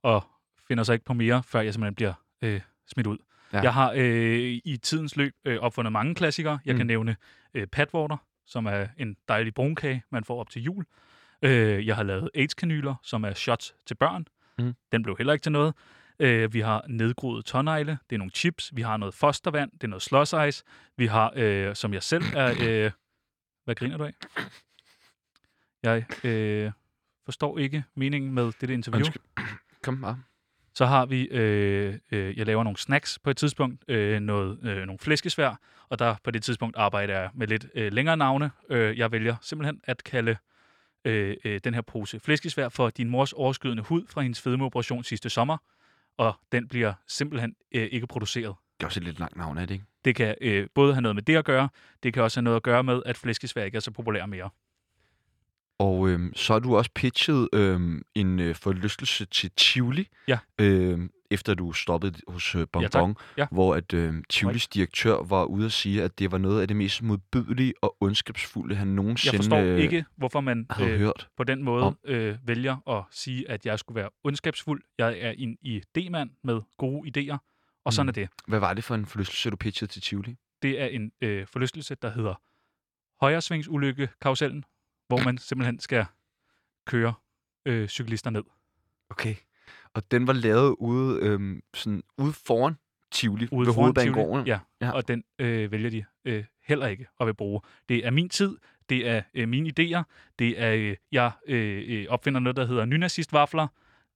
S2: og finder så ikke på mere, før jeg simpelthen bliver øh, smidt ud. Ja.
S1: Ja.
S2: Jeg har øh, i tidens løb øh, opfundet mange klassikere. Jeg mm. kan
S1: Mm.
S2: nævne øh, Patwater, som er en dejlig brunkage, man får op til jul. Øh, jeg har lavet AIDS-kanyler, som er shots til børn. Mm.
S1: Mm.
S2: Den blev heller ikke til noget. Øh, vi har nedgroet tånegle, det er nogle chips. Vi har noget fostervand, det er noget slåsejs. Vi har, øh, som jeg selv er... Øh, hvad griner du af? Jeg øh, forstår ikke meningen med dette interview.
S1: Undskyld. Kom bare.
S2: Så har vi, øh, øh, jeg laver nogle snacks på et tidspunkt, øh, noget, øh, nogle flæskesvær, og der på det tidspunkt arbejder jeg med lidt øh, længere navne. Øh, jeg vælger simpelthen at kalde øh, øh, den her pose flæskesvær for din mors overskydende hud fra hendes fedmeoperation sidste sommer. og den bliver simpelthen øh, ikke produceret.
S1: Det er også et lidt langt navn, er det ikke?
S2: Det kan øh, både have noget med det at gøre, det kan også have noget at gøre med, at flæskesvær ikke er så populær mere.
S1: Og øhm, så har du også pitchet øhm, en øh, forlystelse til Tivoli,
S2: Ja.
S1: øhm, efter du stoppede hos øh,
S2: tak.
S1: Bonbon,
S2: Ja.
S1: hvor at øhm, Tivolis direktør var ude og sige, at det var noget af det mest modbydelige og ondskabsfulde, han
S2: Jeg
S1: nogensinde
S2: forstår
S1: øh,
S2: ikke, hvorfor man
S1: havde
S2: øh,
S1: hørt.
S2: på den måde
S1: Om.
S2: øh, vælger at sige, at jeg skulle være ondskabsfuld. Jeg er en idémand med gode idéer, og sådan
S1: Mm.
S2: er det.
S1: Hvad var det for en forlystelse, du pitchede til Tivoli?
S2: Det er en øh, forlystelse, der hedder højresvingsulykke karusellen hvor man simpelthen skal køre øh, cyklister ned.
S1: Okay. Og den var lavet ude, øhm, sådan, ude foran Tivoli,
S2: Ude
S1: ved
S2: foran Tivoli.
S1: hovedbanegården.
S2: Ja,
S1: Ja.
S2: ja, og den øh, vælger de øh, heller ikke at vil bruge. Det er min tid, det er øh, mine idéer, det er, øh, jeg øh, øh, opfinder noget, der hedder nynazistvafler.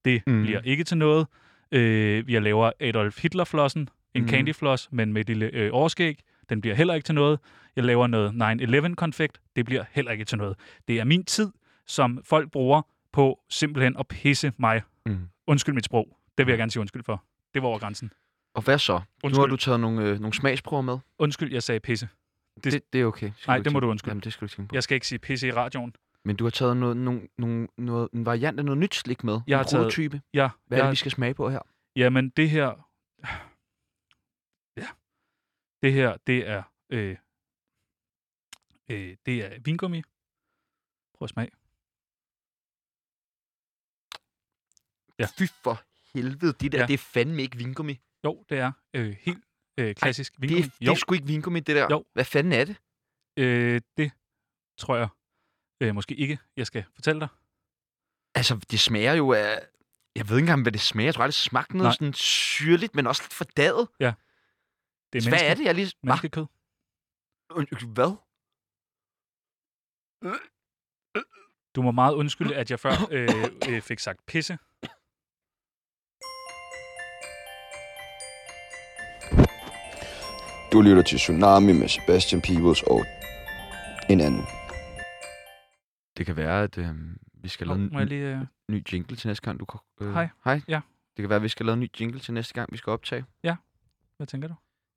S2: Det
S1: Mm.
S2: mm. bliver ikke til noget. Øh, jeg laver Adolf Hitler-flossen, en
S1: Mm.
S2: mm. candyfloss, men med et lille øh, overskæg. Den bliver heller ikke til noget. Jeg laver noget 9-11-konfekt. Det bliver heller ikke til noget. Det er min tid, som folk bruger på simpelthen at pisse mig.
S1: Mm.
S2: Undskyld mit sprog. Det vil jeg gerne sige undskyld for. Det var over grænsen.
S1: Og hvad så? Undskyld. Nu har
S2: Undskyld.
S1: du taget nogle, øh, nogle smagsprøver med.
S2: Undskyld, jeg sagde pisse.
S1: Det,
S2: Det-
S1: det, det er okay. Skal
S2: Nej,
S1: ikke
S2: det må
S1: tænke-
S2: du undskylde.
S1: Jamen, det skal du ikke tænke på.
S2: Jeg skal ikke sige pisse i radioen.
S1: Men du har taget noget, nogle, nogle, noget, en variant af noget nyt slik med.
S2: Jeg har
S1: en
S2: taget-
S1: prototype. Taget...
S2: Ja,
S1: Hvad er det,
S2: jeg-
S1: vi skal smage på her?
S2: Jamen, det her... Ja. Det her, det er... Øh, øh, det er vingummi. Prøv at smage. Ja.
S1: Fy for helvede, det der, ja.
S2: Ja.
S1: det er fandme ikke vingummi.
S2: Jo, det er øh, helt øh, klassisk Ej,
S1: Det er,
S2: vingummi.
S1: det er sgu ikke vingummi, det der.
S2: Jo.
S1: Hvad fanden er det?
S2: Jo, øh, det tror jeg øh, måske ikke, jeg skal fortælle dig.
S1: Altså, det smager jo af... Jeg ved ikke engang, hvad det smager. Jeg tror aldrig, det smagte noget
S2: Nej.
S1: sådan syrligt, men også lidt fordaget.
S2: Det
S1: Hvad er det, jeg lige... Hva?
S2: Menneskekød.
S1: Und- Hvad?
S2: Du må meget undskylde, at jeg før øh, øh, fik sagt pisse.
S5: Du lytter til Tsunami med Sebastian Peebles og en anden.
S1: Det kan være, at øh, vi skal
S2: Nå,
S1: lave en
S2: må jeg lige... Øh,
S1: ny jingle til næste gang. Du, ko- øh,
S2: Hej.
S1: Hej.
S2: Ja.
S1: Det kan være, at vi skal lave en ny jingle til næste gang, vi skal optage.
S2: hvad tænker du?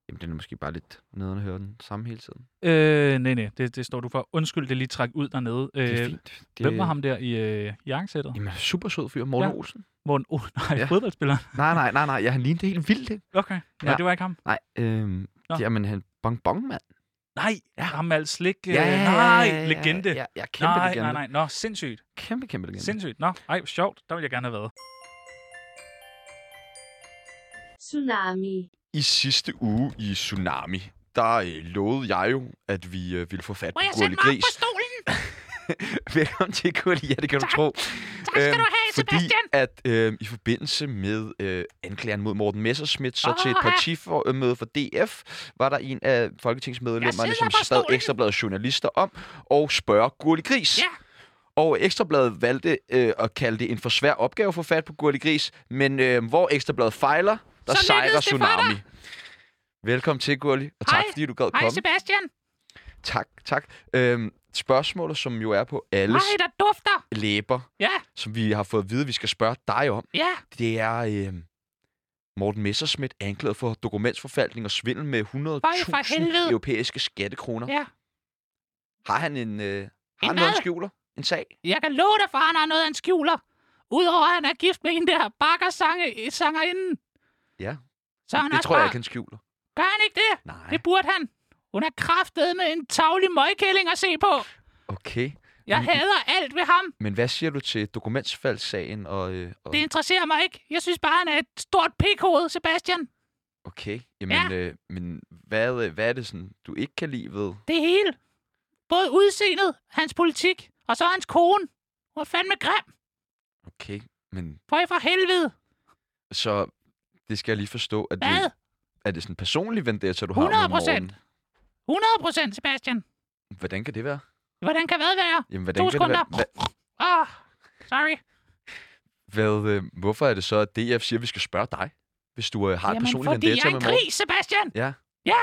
S1: Jamen, den er måske bare lidt nederen at høre den samme hele tiden.
S2: Øh, nej, nej, det, det står du for. Undskyld, det lige træk ud dernede. Øh,
S1: det er fint. Det...
S2: Hvem var ham der i øh, jakkesættet?
S1: Jamen, super sød fyr. Morten ja.
S2: Ja.
S1: Olsen.
S2: Morten, oh, nej,
S1: Ja.
S2: ja. fodboldspilleren.
S1: Nej, nej, nej, nej. Ja, han lignede helt vildt. ikke?
S2: Okay, nej,
S1: Ja.
S2: ja. det var ikke ham.
S1: Nej, øhm,
S2: Nå.
S1: jamen han bonbon mand.
S2: Nej, ja. ham med alt slik. Øh, nej, legende.
S1: Ja, ja, kæmpe
S2: nej,
S1: legende.
S2: nej, nej, nå, sindssygt.
S1: Kæmpe, kæmpe legende.
S2: Sindssygt. Nå, ej, hvor sjovt. Der ville jeg gerne have været.
S4: Tsunami.
S1: I sidste uge i Tsunami, der øh, lovede jeg jo, at vi øh, ville få fat på Gurli Gris. Velkommen til Gurli, ja, det kan tak. du tro. Tak skal øhm, du have, fordi Sebastian. at øh, i forbindelse med øh, anklageren mod Morten Messerschmidt, så oh, til et partimøde for DF, var der en af folketingsmedlemmerne, som sad Ekstrabladet journalister om, og spørger Gurli Gris. Ja. Og Ekstrabladet valgte øh, at kalde det en for svær opgave at få fat på Gurli Gris, men øh, hvor Ekstrabladet fejler, der så sejrer Tsunami. Velkommen til, Gurli, og tak, Hej. fordi du gad komme. Hej, Sebastian. Tak, tak. Øhm, spørgsmålet, som jo er på alles
S7: Nej, der dufter.
S1: læber,
S7: Ja.
S1: som vi har fået at vide, vi skal spørge dig om,
S7: Ja.
S1: det er øh, Morten Messerschmidt anklaget for dokumentsforfaltning og svindel med 100.000
S7: helvede.
S1: europæiske skattekroner.
S7: Ja.
S1: Har han en, øh, har han noget,
S7: En
S1: han
S7: hvad?
S1: skjuler? En sag?
S7: Jeg kan love dig, for han har noget, han skjuler. Udover at han er gift med en der bakkersange, sangerinden.
S1: Ja.
S7: Så han
S1: det
S7: også
S1: tror jeg
S7: bare-
S1: ikke, han skjuler.
S7: Gør han ikke det?
S1: Nej.
S7: Det burde han. Hun er kraftet med en tavlig møgkælling at se på.
S1: Okay.
S7: Jeg
S1: Mm.
S7: hader alt ved ham.
S1: Men hvad siger du til dokumentsfaldssagen? Og, øh, og,
S7: Det interesserer mig ikke. Jeg synes bare, han er et stort pikhoved, Sebastian.
S1: Okay. Jamen, ja. øh, men hvad, øh, hvad er det, sådan, du ikke kan lide ved?
S7: Det hele. Både udseendet, hans politik, og så hans kone. Hun er fandme grim.
S1: Okay, men
S7: For i for helvede.
S1: så... Det skal jeg lige forstå. At
S7: Hvad?
S1: Det, er det sådan en personlig vendetta, du har
S7: 100
S1: med Morten?
S7: procent. 100 procent, Sebastian.
S1: Hvordan kan det være?
S7: Hvordan kan hvad være?
S1: Jamen, hvordan
S7: To
S1: kan det være?
S7: sekunder. Åh, oh, sorry.
S1: Hvad, hvad, øh, hvorfor er det så, at DF siger, at vi skal spørge dig, hvis du øh, har en
S7: Jamen,
S1: personlig
S7: fordi jeg
S1: vendetta
S7: er
S1: med
S7: en
S1: Morten?
S7: gris, Sebastian.
S1: Ja.
S7: Ja,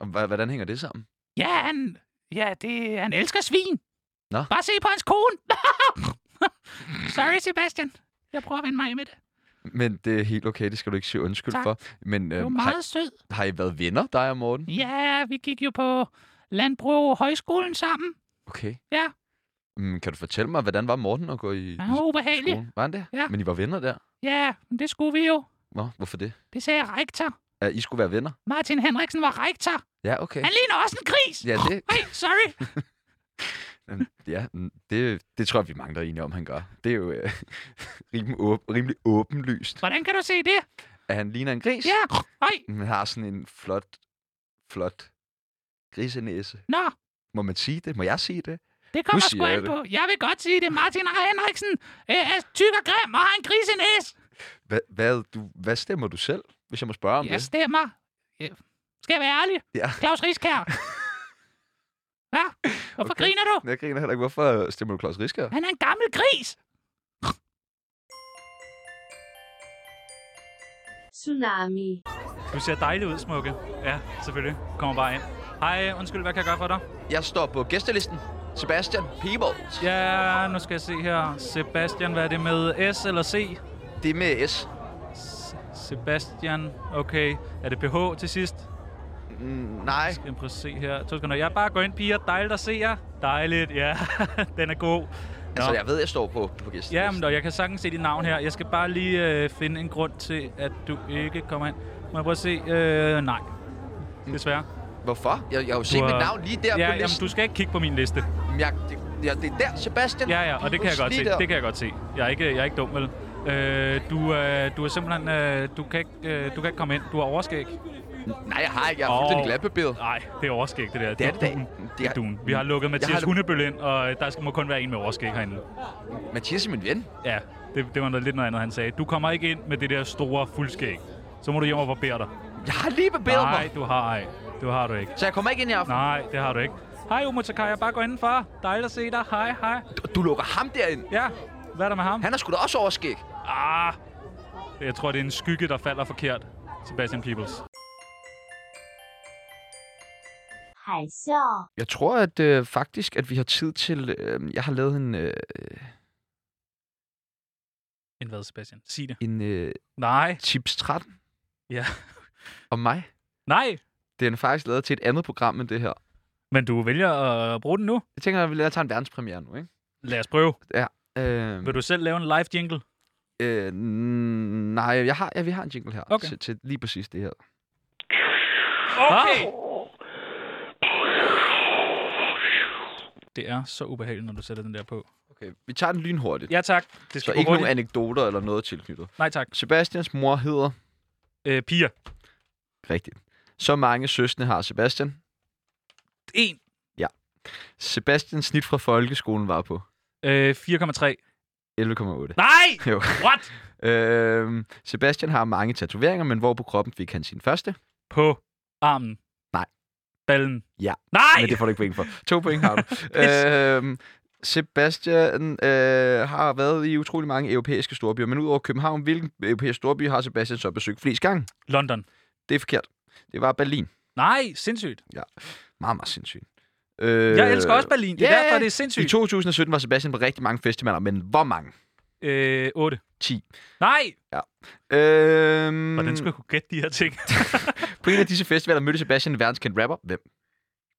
S1: Og hva- hvordan hænger det sammen?
S7: ja, han, ja det, han elsker svin.
S1: Nå.
S7: Bare se på hans kone. sorry, Sebastian. Jeg prøver at vende mig af med det.
S1: Men det er helt okay, det skal du ikke sige undskyld
S7: Tak.
S1: for. Men
S7: Du er
S1: øh, har,
S7: meget sød.
S1: har I været venner, dig og Morten?
S7: Ja, vi gik jo på Landbrug Højskolen sammen.
S1: Okay.
S7: Ja.
S1: Mm, kan du fortælle mig, hvordan var Morten at gå i, i
S7: Han var ubehagelig.
S1: skolen? Var han det?
S7: Ja.
S1: Men I var venner der?
S7: Ja, men det skulle vi jo.
S1: Nå, hvorfor det?
S7: Det sagde rektor.
S1: At I skulle være venner?
S7: Martin Henriksen var rektor.
S1: Ja, okay.
S7: Han ligner også en gris.
S1: Ja, det,
S7: Hey, sorry.
S1: Jamen, Ja, mm, det, det tror jeg, vi er mange, der er enige om, han gør. Det er jo øh, rimelig, åb- rimelig åbenlyst,
S7: Hvordan kan du se det?
S1: at han ligner en gris.
S7: Ja, hej.
S1: Man har sådan en flot, flot grisenæse.
S7: Nå,
S1: Må man sige det? Må jeg sige det?
S7: det kommer
S1: siger
S7: sgu
S1: jeg
S7: an
S1: det.
S7: på. Jeg vil godt sige det. Martin Henriksen øh, er tyk og grim og har en grisenæs.
S1: Hva, hvad, du, hvad stemmer du selv, hvis jeg må spørge om
S7: Jeg
S1: det?
S7: stemmer. Ja. Skal jeg være ærlig?
S1: Ja.
S7: Claus Riskær. Hvad?
S1: Okay.
S7: Hvorfor okay. griner du?
S1: Jeg griner heller ikke. Hvorfor stemmer du Claus Risker?
S7: Han er en gammel gris.
S4: Tsunami.
S2: Du ser dejlig ud, Smukke. Ja, selvfølgelig. Kommer bare ind. Hej, undskyld, hvad kan jeg gøre for dig?
S1: Jeg står på gæstelisten. Sebastian Peebles. Ja.
S2: Ja, nu skal jeg se her. Sebastian, hvad er det med S eller C?
S1: Det er med S.
S2: S- Sebastian, okay. Er det BH til sidst?
S1: Mm, nej.
S2: Skal jeg prøve at se her. To sekunder. Jeg bare går ind, piger. Dejligt at se jer. Dejligt, ja. Den er god. Nå.
S1: Altså, jeg ved, jeg står på, på gæstelisten.
S2: Jamen, og jeg kan sagtens se dit navn her. Jeg skal bare lige øh, finde en grund til, at du ikke kommer ind. Må jeg prøve at se? Øh, nej. Desværre.
S1: Hvorfor? Jeg, jeg har jo set
S2: Du
S1: mit
S2: har-
S1: navn lige der
S2: ja,
S1: på
S2: jamen,
S1: listen.
S2: du skal ikke kigge på min liste.
S1: Jamen, jeg, det, jeg, det er der, Sebastian.
S2: Ja, ja, og det kan jeg
S1: Peebles,
S2: godt se.
S1: lige der.
S2: Det kan jeg godt se. Jeg er ikke, jeg er ikke dum, vel? Øh, du, øh, du er simpelthen... Øh, du, kan ikke, øh, du kan ikke komme ind. Du har overskæg.
S1: Nej, jeg har ikke. Jeg er
S2: Åh.
S1: fuldstændig glad på billedet.
S2: Nej, det er overskæg, det der.
S1: Det er det da.
S2: duen.
S1: Det er-
S2: duen. Vi har lukket Mathias
S1: har
S2: har...
S1: det-
S2: Hundebølle ind, og øh, der skal, må kun være en med overskæg herinde.
S1: Mathias er min ven.
S2: Ja, det, det var noget, lidt noget andet, han sagde. Du kommer ikke ind med det der store fuldskæg. Så må du hjem og barbere dig.
S1: Jeg har lige barberet
S2: Nej,
S1: mig.
S2: du har ej. Du har du ikke.
S1: Så jeg kommer ikke ind i aften.
S2: Nej, det har du ikke. Hej, Umotakaya. Bare gå indenfor. Dejligt at se dig. Hej, hej.
S1: Du, du lukker ham derind.
S2: Ja, hvad er der med ham?
S1: Han har sgu da også overskæg.
S2: Ah, jeg tror, det er en skygge, der falder forkert. Sebastian Peebles.
S4: 海啸，
S1: Jeg tror at øh, faktisk, at vi har tid til... Øh, jeg har lavet en, øh,
S2: En hvad, Sebastian? Sig det.
S1: en øh,
S2: Nej.
S1: tips 13
S2: Ja.
S1: om mig.
S2: Nej.
S1: Den er faktisk lavet til et andet program end det her.
S2: Men du vælger at bruge den nu.
S1: Jeg tænker, at vi lader tage en verdenspremiere nu, ikke?
S2: Lad os prøve.
S1: Øh,
S2: Mm. Vil du selv lave en live jingle?
S1: øh, n- nej, jeg har, ja, vi har en jingle her
S2: Okay.
S1: til, til lige præcis det her.
S2: Okay. Det er så ubehageligt, når du sætter den der på.
S1: Okay, vi tager den lynhurtigt.
S2: Ja tak. Det
S1: Så
S2: skal
S1: ikke
S2: gå
S1: nogen
S2: hurtigt.
S1: anekdoter eller noget tilknyttet.
S2: Nej tak.
S1: Sebastians mor hedder...
S2: Øh, piger.
S1: Rigtigt. Så mange søskende har Sebastian.
S2: En.
S1: Sebastians snit fra folkeskolen var på
S2: Øh, 4,3.
S1: 11,8.
S2: Nej!
S1: Jo.
S2: What?
S1: Øhm, Sebastian har mange tatoveringer, men hvor på kroppen fik han sin første?
S2: På armen.
S1: Nej.
S2: Ballen.
S1: Ja.
S2: Nej!
S1: Men det får du ikke point for. To point har du. øhm, Sebastian øh, har været i utrolig mange europæiske storbyer, men udover København, hvilken europæisk storby har Sebastian så besøgt flest gange?
S2: London.
S1: Det er forkert. Det var Berlin.
S2: Nej, sindssygt.
S1: Meget, meget sindssygt. Øh,
S2: Jeg elsker også Berlin. Det er
S1: ja,
S2: derfor, det er
S1: I
S2: sindssygt.
S1: 2017 var Sebastian på rigtig mange festivaler, men hvor mange?
S2: Øh, 8.
S1: 10.
S2: Nej!
S1: Øhm,
S2: Hvordan skulle jeg kunne gætte de her ting?
S1: På en af disse festivaler mødte Sebastian en verdenskendt rapper. Hvem?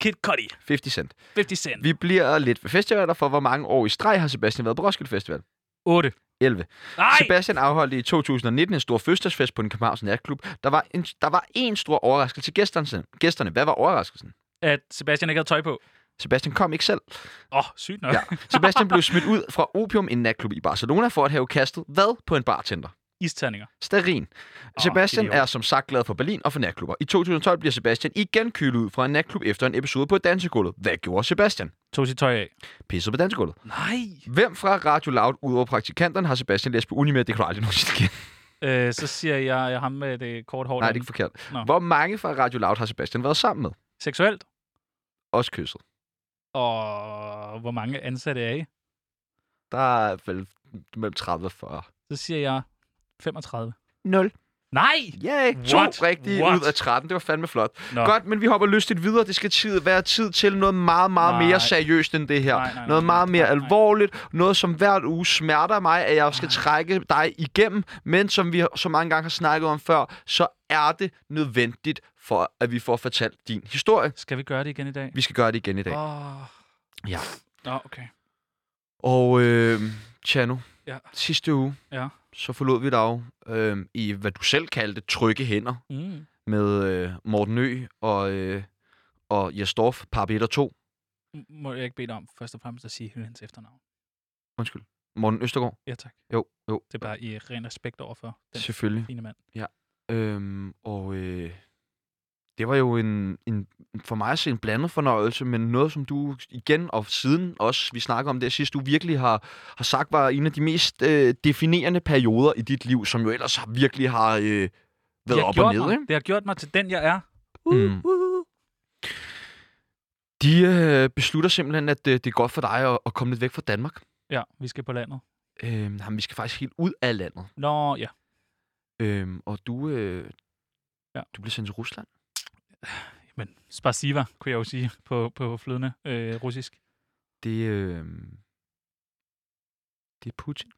S2: Kid Cudi.
S1: 50 Cent.
S2: 50 Cent.
S1: Vi bliver lidt ved festivaler, for hvor mange år i streg har Sebastian været på Roskilde Festival?
S2: 8.
S1: 11.
S2: Nej!
S1: Sebastian afholdt i 2019 en stor fødselsdagsfest på den københavns natklub. Der var, en, der var en stor overraskelse til gæsterne. gæsterne. Hvad var overraskelsen?
S2: At Sebastian ikke havde tøj på.
S1: Sebastian kom ikke selv.
S2: Åh, oh, sygt nok.
S1: Ja. Sebastian blev smidt ud fra Opium, en natklub i Barcelona, for at have kastet hvad på en bartender?
S2: Isterninger.
S1: Starin.
S2: Åh,
S1: Sebastian
S2: idiot.
S1: er som sagt glad for Berlin og for natklubber. I 2012 bliver Sebastian igen kylet ud fra en natklub efter en episode på dansegulvet. Hvad gjorde Sebastian?
S2: Tog sit tøj af.
S1: Pissede på dansegulvet.
S2: Nej!
S1: Hvem fra Radio Loud, udover praktikanterne, har Sebastian læst på uni med? Det kan du aldrig nogensinde kende.
S2: Øh, så siger jeg, jeg ham med det kort hår.
S1: Nej, det er
S2: derinde.
S1: ikke forkert.
S2: Nå.
S1: Hvor mange fra Radio Loud har Sebastian været sammen med?
S2: Seksuelt.
S1: Også kysset.
S2: Og hvor mange ansatte er I?
S1: Der er vel mellem 30 og 40.
S2: Så siger jeg 35.
S1: 0.
S2: Nej!
S1: Ja, yeah, to
S2: What?
S1: rigtige
S2: What?
S1: ud af 13. Det var fandme flot.
S2: Nå.
S1: Godt, men vi hopper lystigt videre. Det skal tid være tid til noget meget, meget
S2: Nej.
S1: mere seriøst end det her.
S2: Nej, nej, nej,
S1: noget meget
S2: nej,
S1: mere
S2: nej, nej.
S1: alvorligt. Noget, som hver uge smerter mig, at jeg skal trække dig igennem. Men som vi så mange gange har snakket om før, så er det nødvendigt for, at vi får fortalt din historie.
S2: Skal vi gøre det igen i dag?
S1: Vi skal gøre det igen i dag.
S2: Åh.
S1: Ja.
S2: Nå, okay.
S1: Og øh, Chano,
S2: Ja.
S1: sidste uge,
S2: Ja.
S1: så forlod vi dig jo øh, i, hvad du selv kaldte, trygge hænder.
S2: Mm.
S1: med øh, Morten Ø og, øh, og Jes Dorf, par 1 og 2.
S2: Må jeg ikke bede dig om først og fremmest at sige hendes efternavn?
S1: Undskyld. Morten Østergaard.
S2: Ja, tak.
S1: Jo, jo,
S2: Det er bare i ren respekt overfor den
S1: selvfølgelig.
S2: fine mand.
S1: Øhm, og øh, det var jo en, en, for mig at se en blandet fornøjelse, men noget, som du igen og siden også, vi snakker om det sidst, du virkelig har, har sagt, var en af de mest øh, definerende perioder i dit liv, som jo ellers har, virkelig har øh, været
S2: Det har
S1: op og
S2: gjort
S1: ned.
S2: mig,
S1: Ikke?
S2: Det har gjort mig til den, jeg er. Uh,
S1: Mm.
S2: mm. uh.
S1: De øh, beslutter simpelthen, at øh, det er godt for dig at, at komme lidt væk fra Danmark.
S2: Ja, vi skal på landet.
S1: Øh, jamen, vi skal faktisk helt ud af landet.
S2: Nå, ja.
S1: Øhm, og du, øh,
S2: Ja.
S1: ja. du blev sendt til Rusland.
S2: Men spasiva, kunne jeg jo sige på, på flydende øh, russisk.
S1: Det, øh, det er Putin.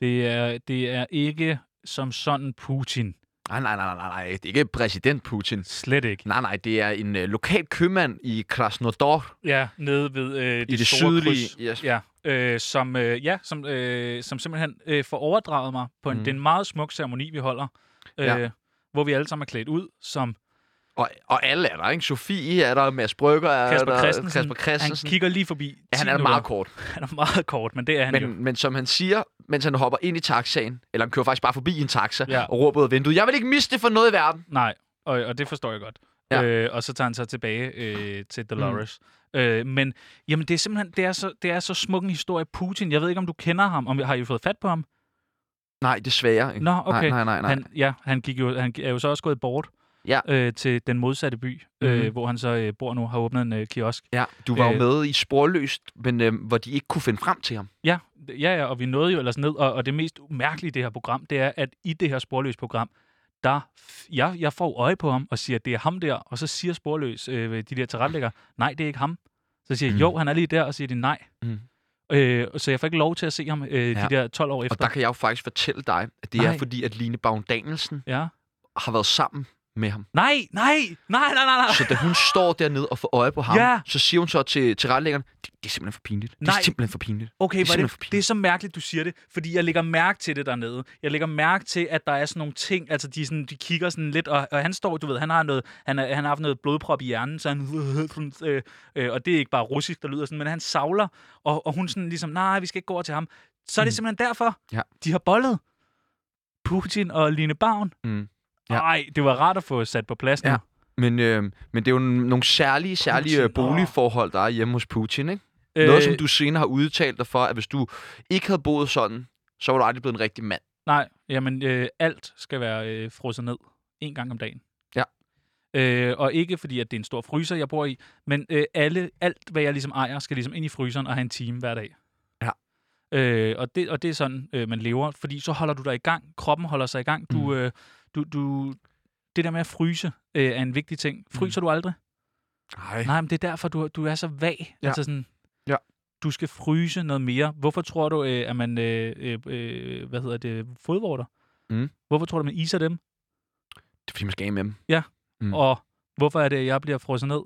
S2: Det er, det er ikke som sådan Putin.
S1: Nej, nej, nej, nej, nej. Det er ikke præsident Putin.
S2: Slet ikke.
S1: Nej, nej, det er en øh, lokal købmand i Krasnodar.
S2: Ja, nede ved øh, det,
S1: I det
S2: store
S1: sydlige,
S2: kryds.
S1: yes.
S2: Ja, øh, som, øh, ja, som, øh, som simpelthen øh, får overdraget mig på en, mm.
S1: Mm.
S2: det er en meget smuk ceremoni, vi holder. Øh,
S1: Ja.
S2: Hvor vi alle sammen er klædt ud som
S1: Og, og alle er der, ikke? Sofie er der, Mads Brygger er
S2: Kasper
S1: der,
S2: Christensen.
S1: Kasper Christensen.
S2: Han kigger lige forbi.
S1: Ja, han
S2: 10
S1: er
S2: minutter.
S1: meget kort.
S2: Han er meget kort, men det er han jo.
S1: Men, men som han siger, mens han hopper ind i taxaen, eller han kører faktisk bare forbi en taxa,
S2: Ja.
S1: ja. og råber ud af vinduet, jeg vil ikke miste det for noget i verden.
S2: Nej, og, og det forstår jeg godt. Ja.
S1: Ja.
S2: Øh, og så tager han sig tilbage øh, til Dolores. Mm. Øh, men jamen, det er simpelthen det er så, det er så smuk en historie. Putin, jeg ved ikke, om du kender ham. Om, har I fået fat på ham?
S1: Nej, desværre. Ikke?
S2: Nå, okay.
S1: Nej, nej, nej. nej.
S2: Han, ja, han, gik jo, han er jo så også gået bort
S1: Ja.
S2: øh, til den modsatte by, øh,
S1: Mhm.
S2: hvor han så øh, bor nu, har åbnet en øh, kiosk.
S1: Ja, du var
S2: Øh,
S1: jo med i Sporløst, men øh, hvor de ikke kunne finde frem til ham.
S2: Ja, d- ja, ja, og vi nåede jo ellers ned, og, og det mest mærkelige i det her program, det er, at i det her sporløs program, der, f- jeg, jeg får øje på ham og siger, at det er ham der, og så siger sporløs øh, de der tilrettelæggere, nej, det er ikke ham. Så siger jeg,
S1: Mm.
S2: jo, han er lige der, og siger de nej.
S1: Mm.
S2: Øh, så jeg får ikke lov til at se ham øh, ja.
S1: Ja.
S2: de der 12 år efter.
S1: Og der kan jeg jo faktisk fortælle dig, at det
S2: Nej.
S1: er fordi, at Line Baum Danielsen
S2: Ja.
S1: har været sammen med ham.
S2: Nej, nej, nej, nej, nej, nej.
S1: Så da hun står dernede og får øje på ham,
S2: Ja.
S1: så siger hun så til, til retlæggeren, det, det er simpelthen for pinligt. Det
S2: Nej.
S1: er simpelthen for pinligt.
S2: Okay,
S1: Det er
S2: det er,
S1: simpelthen for
S2: det,
S1: pinligt.
S2: det er så mærkeligt, du siger det, fordi jeg lægger mærke til det dernede. Jeg lægger mærke til, at der er sådan nogle ting, altså de, er sådan, de kigger sådan lidt, og, og han står, du ved, han har, noget, han, er, han har haft noget blodprop i hjernen, så han, sådan, øh, øh, og det er ikke bare russisk, der lyder sådan, men han savler, og, og hun sådan ligesom, nej, vi skal ikke gå over til ham. Så er det
S1: Mm.
S2: simpelthen derfor,
S1: Ja.
S2: de har bollet. Putin og Line Bavn.
S1: Mm. Ja.
S2: Nej, det var rart at få sat på plads nu.
S1: Ja. Men, øh, men det er jo n- nogle særlige, særlige øh,
S2: Putin, åh.
S1: boligforhold, der er hjemme hos Putin. Ikke? Noget, som
S2: Øh,
S1: du senere har udtalt dig for, at hvis du ikke havde boet sådan, så var du aldrig blevet en rigtig mand.
S2: Nej, jamen øh, alt skal være øh, frosset ned en gang om dagen.
S1: Ja.
S2: Øh, og ikke fordi, at det er en stor fryser, jeg bor i, men øh, alle, alt, hvad jeg ligesom ejer, skal ligesom ind i fryseren og have en time hver dag.
S1: Ja.
S2: Øh, og, det, og det er sådan, øh, man lever, fordi så holder du dig i gang. Kroppen holder sig i gang. Du,
S1: Mm.
S2: øh, du, du, det der med at fryse øh, er en vigtig ting. Fryser mm. du aldrig?
S1: Nej.
S2: Nej, men det er derfor, du, du er så vag. Ja.
S1: Ja.
S2: Altså sådan,
S1: Ja.
S2: Du skal fryse noget mere. Hvorfor tror du, øh, at man, øh, øh, øh, hvad hedder det, fodvorter?
S1: Mm.
S2: Hvorfor tror du, man iser dem?
S1: Det er fordi, man skal af med dem.
S2: Mm.
S1: Mm.
S2: Og hvorfor er det, at jeg bliver frosset ned?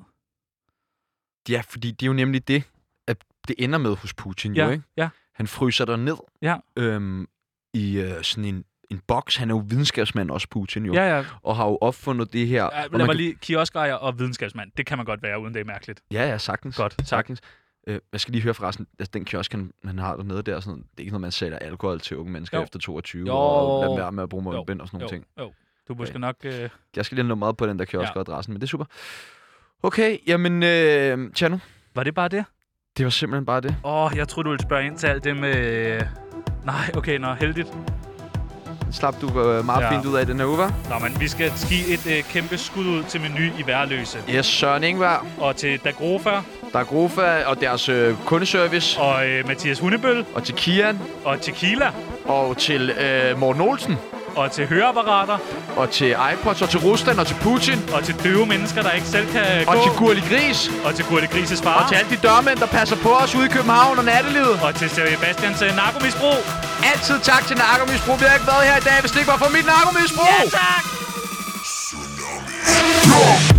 S1: Ja, fordi det er jo nemlig det, at det ender med hos Putin
S2: Ja,
S1: jo, ikke?
S2: ja.
S1: Han fryser dig ned
S2: Ja.
S1: øhm, i øh, sådan en, en boks. Han er jo videnskabsmand også, Putin jo,
S2: Ja, ja.
S1: og har jo opfundet det her.
S2: ja
S1: og
S2: lad
S1: man
S2: mig
S1: kan-
S2: lige, kioskejer og videnskabsmand. Det kan man godt være, uden det er mærkeligt.
S1: Ja, ja, sagtens.
S2: Godt, tak.
S1: Sagtens. Øh, jeg skal lige høre forresten, altså, den kiosk, han, han har dernede der, sådan, det er ikke noget, man sælger alkohol til unge mennesker
S2: Jo.
S1: efter 22,
S2: Jo.
S1: og lad være med at bruge
S2: Jo,
S1: mundbind og sådan nogle
S2: jo,
S1: ting.
S2: jo. Du er måske nok... Øh,
S1: Jeg skal lige have nummeret på den der kiosk
S2: Ja.
S1: ja. og adressen, men det er super. Okay, jamen, øh, Tjano,
S2: var det bare det?
S1: det var simpelthen bare det.
S2: Åh, oh, jeg troede, du ville spørge ind til alt det med... øh, Nej, okay, nå, heldigt.
S1: Slap du øh, meget
S2: Ja.
S1: ja. fint ud af den her uge, hva'?
S2: Nå, men vi skal give et øh, kæmpe skud ud til Meny i Værløse.
S1: Yes, Søren Ingvar.
S2: Og til Dagrofa,
S1: Der er Grofa og deres øh, kundeservice,
S2: og øh, Mathias Hundebøl,
S1: og til Kian,
S2: og Tequila,
S1: og til øh, Morten Olsen.
S2: og til høreapparater,
S1: og til iPods, og til Rusland, og til Putin,
S2: og til døve mennesker, der ikke selv kan
S1: og
S2: gå,
S1: til Gurli Gris,
S2: og til Gurte Grises far,
S1: og til alle de dørmænd, der passer på os ude i København og nattelivet.
S2: og til Sebastians øh, narkomisbrug.
S1: Altid tak til narkomisbrug. Vi har ikke været her i dag, hvis det ikke var for mit narkomisbrug.
S2: tak!
S8: Rock